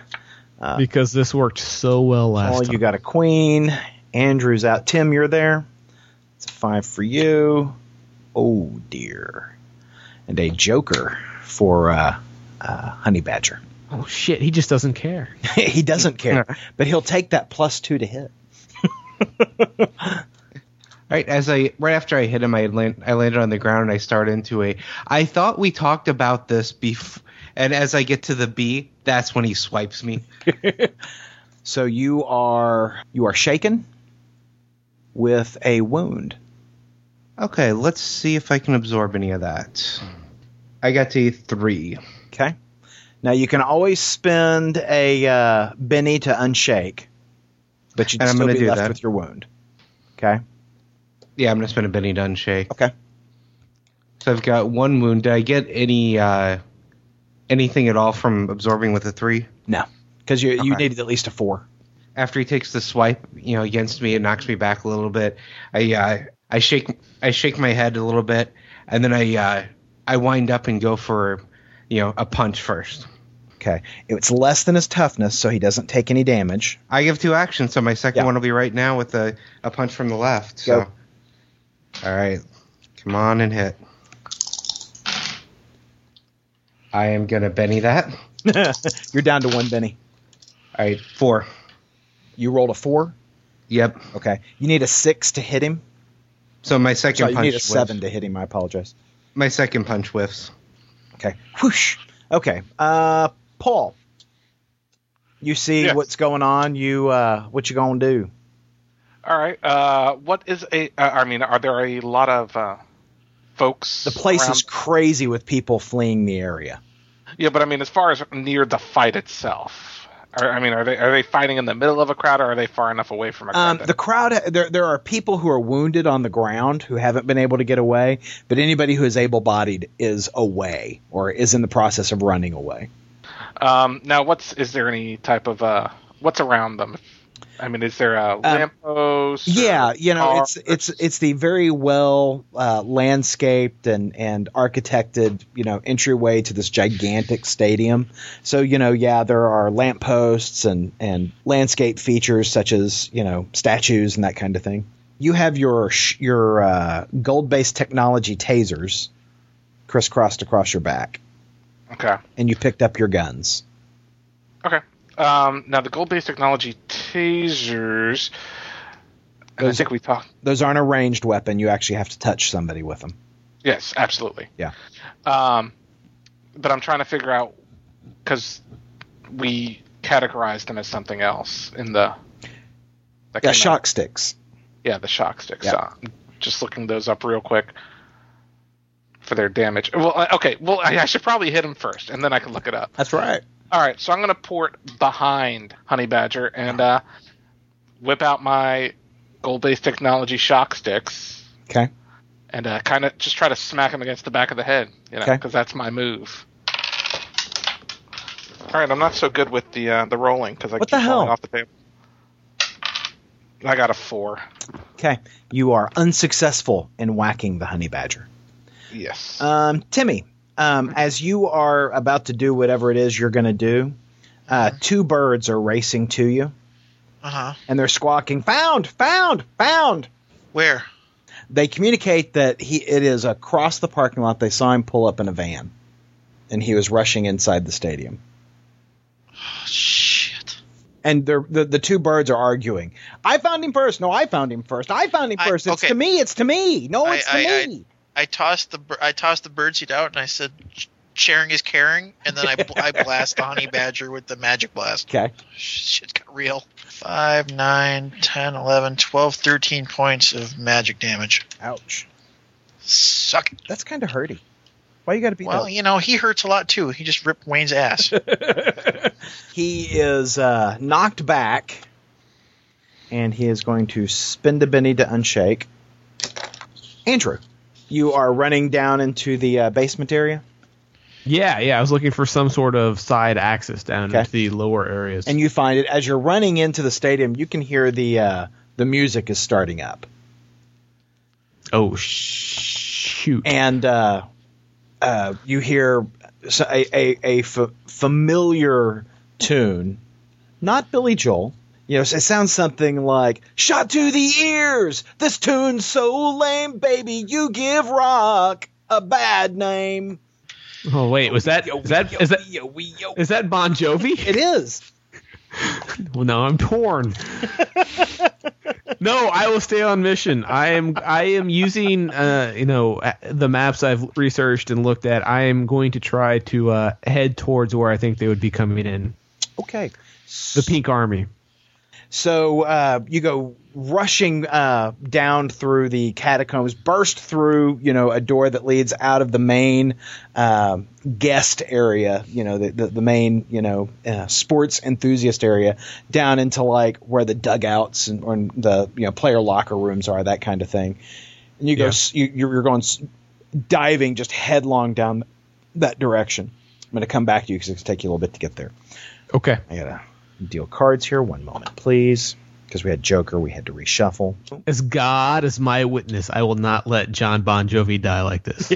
S4: Because this worked so well last
S5: Paul,
S4: time.
S5: you got a queen. Andrew's out. Tim, you're there. It's a five for you. Oh dear. And a joker for uh, uh, Honey Badger.
S4: oh shit, he just doesn't care.
S5: he doesn't care, but he'll take that plus two to hit.
S8: Right as I right after I hit him, I land, I landed on the ground and I start into a. I thought we talked about this before, and as I get to the B, that's when he swipes me.
S5: So you are you are shaken with a wound.
S8: Okay, let's see if I can absorb any of that. I got to three.
S5: Okay. Now you can always spend a uh, Benny to unshake, but you'd
S8: And I'm
S5: still
S8: gonna
S5: be
S8: do
S5: left
S8: that.
S5: with your wound. Okay.
S8: Yeah, I'm gonna spend a Benny Dunn shake.
S5: Okay.
S8: So I've got one wound. Did I get any uh, anything at all from absorbing with a three?
S5: No, because you you
S8: Okay.
S5: needed at least a four.
S8: After he takes the swipe, you know, against me, it knocks me back a little bit. I uh, I shake I shake my head a little bit, and then I uh, I wind up and go for you know a punch first.
S5: Okay, it's less than his toughness, so he doesn't take any damage.
S8: I give two actions, so my second
S5: Yeah.
S8: one will be right now with a, a punch from the left. So,
S5: Go.
S8: all right, come on and hit. I am gonna Benny that.
S5: You're down to one Benny.
S8: All right, four.
S5: You rolled a four.
S8: Yep.
S5: Okay, you need a six to hit him.
S8: So my second
S5: Sorry, you
S8: punch.
S5: need a
S8: whiffs.
S5: seven to hit him. I apologize.
S8: My second punch whiffs.
S5: Okay, whoosh. Okay, uh, Paul, you see
S6: Yes.
S5: what's going on. You uh, what you gonna do?
S6: All right. Uh, what is a? Uh, I mean, are there a lot of uh, folks?
S5: The place
S6: around?
S5: is crazy with people fleeing the area.
S6: Yeah, but I mean, as far as near the fight itself, are, I mean, are they are they fighting in the middle of a crowd, or are they far enough away from a crowd?
S5: Um, the crowd, there, there are people who are wounded on the ground who haven't been able to get away, but anybody who is able bodied is away or is in the process of running away.
S6: that- um, now, what's is there any type of uh, what's around them? I mean, is there a lamppost? or
S5: Um, Yeah, you know, it's
S6: car?
S5: it's it's the very well uh, landscaped and and architected, you know, entryway to this gigantic stadium. So you know, yeah, there are lampposts and and landscape features such as you know statues and that kind of thing. You have your sh- your uh, gold based technology tasers crisscrossed across your back,
S6: okay.
S5: and you picked up your guns.
S6: Okay. Um, now the gold-based technology tasers. And I
S5: Those-
S6: think we talked.
S5: Those aren't a ranged weapon. You actually have to touch somebody with them.
S6: Yes, absolutely.
S5: Yeah.
S6: Um, but I'm trying to figure out because we categorized them as something else in the. that came
S5: Yeah,
S6: out.
S5: shock sticks.
S6: Yeah, the shock sticks.
S5: Yeah.
S6: So I'm just looking those up real quick for their damage. Well, I- okay. Well, I, I should probably hit them first, and then I can look it up.
S5: That's right.
S6: All right, so I'm going to port behind Honey Badger and uh, whip out my gold-based technology shock sticks
S5: Okay.
S6: and uh, kind of just try to smack him against the back of the head, you know,
S5: Okay.
S6: because that's my move. All right, I'm not so good with the uh, the rolling because I
S5: What
S6: keep
S5: the hell?
S6: falling off the table. I got a four.
S5: Okay. You are unsuccessful in whacking the honey badger.
S6: Yes.
S5: Um, Timmy, um, as you are about to do whatever it is you're going to do, uh, two birds are racing to you
S7: Uh huh.
S5: and they're squawking, "Found! Found! Found!"
S7: Where?
S5: They communicate that he it is across the parking lot. They saw him pull up in a van, and he was rushing inside the stadium.
S7: Oh, shit.
S5: and they're, the the two birds are arguing. I found him first. No, I found him first. I found him
S7: I-
S5: first. it's
S7: okay.
S5: to me. It's to me. No,
S7: I-
S5: it's to
S7: I- I-
S5: me.
S7: I tossed the bir- I tossed the birdseed out and I said, "Sh- "Sharing is caring," and then I, bl- I blast the honey badger with the magic blast.
S5: okay.
S7: Shit got real. 5, 9, 10, 11, 12, 13 points of magic damage.
S5: Ouch.
S7: Suck it.
S5: That's kind of hurty. Why you got to be?
S7: Well, you know, he hurts a lot too. He just ripped Wayne's ass.
S5: he is uh, knocked back, and he is going to spin the Benny to unshake. Andrew, you are running down into the uh, basement area,
S4: Yeah, yeah. I was looking for some sort of side access down
S5: Okay.
S4: into the lower areas.
S5: and you find it as you're running into the stadium. You can hear the uh, the music is starting up.
S4: oh shoot!
S5: and uh, uh, you hear s- a, a, a fa- familiar tune, not Billy Joel. You know, it sounds something like "Shot to the ears." This tune's so lame, baby. You give rock a bad name.
S4: oh wait, was that is that is that
S5: Yo, we, yo.
S4: is that Bon Jovi?
S5: It is.
S4: Well, no, I'm torn. no, I will stay on mission. I am I am using uh, you know uh, the maps I've researched and looked at. I am going to try to uh, head towards where I think they would be coming in.
S5: Okay.
S4: The Pink Army.
S5: So uh, you go rushing uh, down through the catacombs, burst through you know a door that leads out of the main um guest area, you know the the, the main you know uh, sports enthusiast area, down into like where the dugouts and or the you know player locker rooms are, that kind of thing. And you go, s you, you're you're going s- diving just headlong down that direction. I'm going to come back to you because it's going to take you a little bit to get there.
S4: Okay.
S5: I gotta deal cards here. One moment, please. Because we had Joker, we had to reshuffle.
S4: As God is my witness, I will not let John Bon Jovi die like this.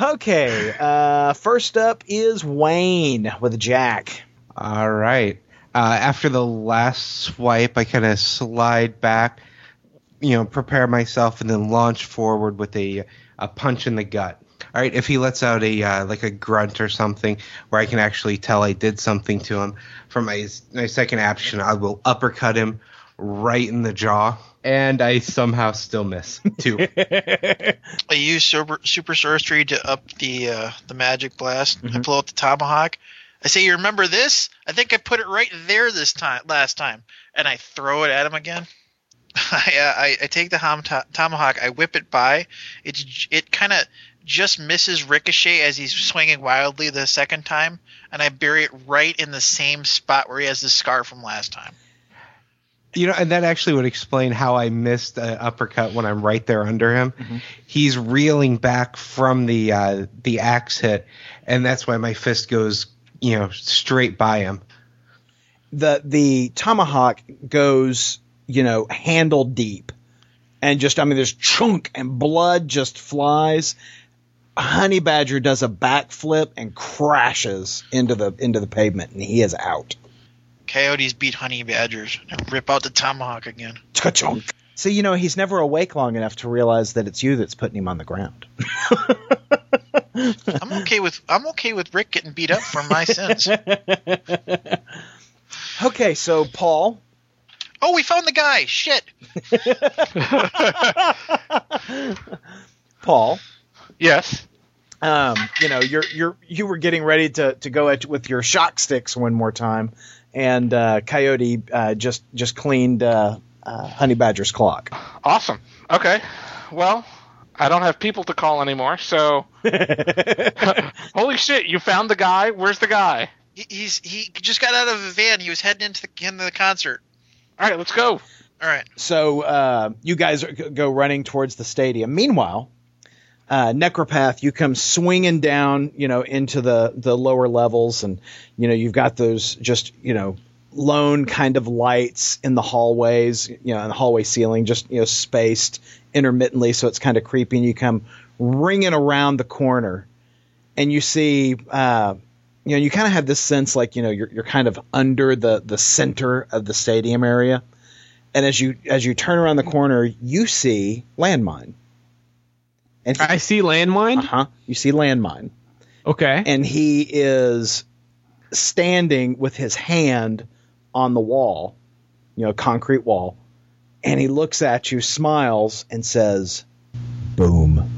S5: Okay, uh, first up is Wayne with Jack.
S8: All right. Uh, after the last swipe, I kind of slide back, you know, prepare myself, and then launch forward with a a punch in the gut. All right. If he lets out a uh, like a grunt or something, where I can actually tell I did something to him, for my my second action, I will uppercut him right in the jaw, and I somehow still miss too.
S7: I use super, super sorcery to up the uh, the magic blast. I pull out the tomahawk. I say, "You remember this? I think I put it right there this time, last time." And I throw it at him again. I, uh, I I take the hom- to- tomahawk. I whip it by. It's j- it kind of just misses ricochet as he's swinging wildly the second time, and I bury it right in the same spot where he has the scar from last time.
S8: You know, and that actually would explain how I missed an uppercut when I'm right there under him. He's reeling back from the uh, the axe hit, and that's why my fist goes, you know, straight by him.
S5: The the tomahawk goes, you know, handle deep, and just I mean, there's chunk and blood just flies. Honey Badger does a backflip and crashes into the into the pavement, and he is out.
S7: Coyotes beat honey badgers. I rip out the tomahawk again.
S5: Ka-chunk. So you know he's never awake long enough to realize that it's you that's putting him on the ground.
S7: I'm okay with I'm okay with Rick getting beat up for my sins.
S5: Okay, so Paul,
S7: Oh, we found the guy. Shit.
S5: Paul,
S6: Yes.
S5: um, you know you're you're you were getting ready to to go at, with your shock sticks one more time, and uh, Coyote uh, just just cleaned uh, uh, Honey Badger's clock.
S6: Awesome. Okay. Well, I don't have people to call anymore, so. Holy shit! You found the guy. Where's the guy?
S7: He, he's he just got out of a van. He was heading into the into the concert.
S6: All right, let's go.
S7: All right.
S5: So uh, you guys are- go running towards the stadium. Meanwhile, uh, Necropath, you come swinging down, you know, into the the lower levels, and you know you've got those just you know lone kind of lights in the hallways, you know, in the hallway ceiling, just you know spaced intermittently, so it's kind of creepy. And you come ringing around the corner, and you see. Uh, you know, you kind of have this sense like you know you're you're kind of under the the center of the stadium area, and as you as you turn around the corner, you see landmine. And
S4: I see landmine.
S5: huh, you see landmine,
S4: Okay.
S5: Uh-huh. and he is standing with his hand on the wall, you know, concrete wall, and he looks at you, smiles, and says, "Boom."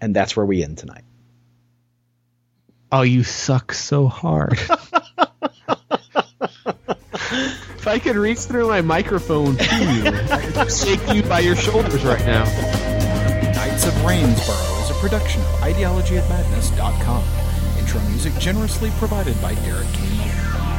S5: And that's where we end tonight.
S4: Oh, you suck so hard. if I could reach through my microphone to you, I could shake you by your shoulders right now.
S10: Knights of Rainsborough is a production of ideologyofmadness.com. Intro music generously provided by Derek Kane.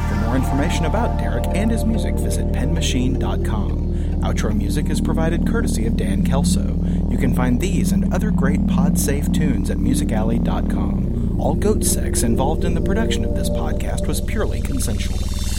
S10: For more information about Derek and his music, visit penmachine.com. Outro music is provided courtesy of Dan Kelso. You can find these and other great pod-safe tunes at musicalley.com. All goat sex involved in the production of this podcast was purely consensual.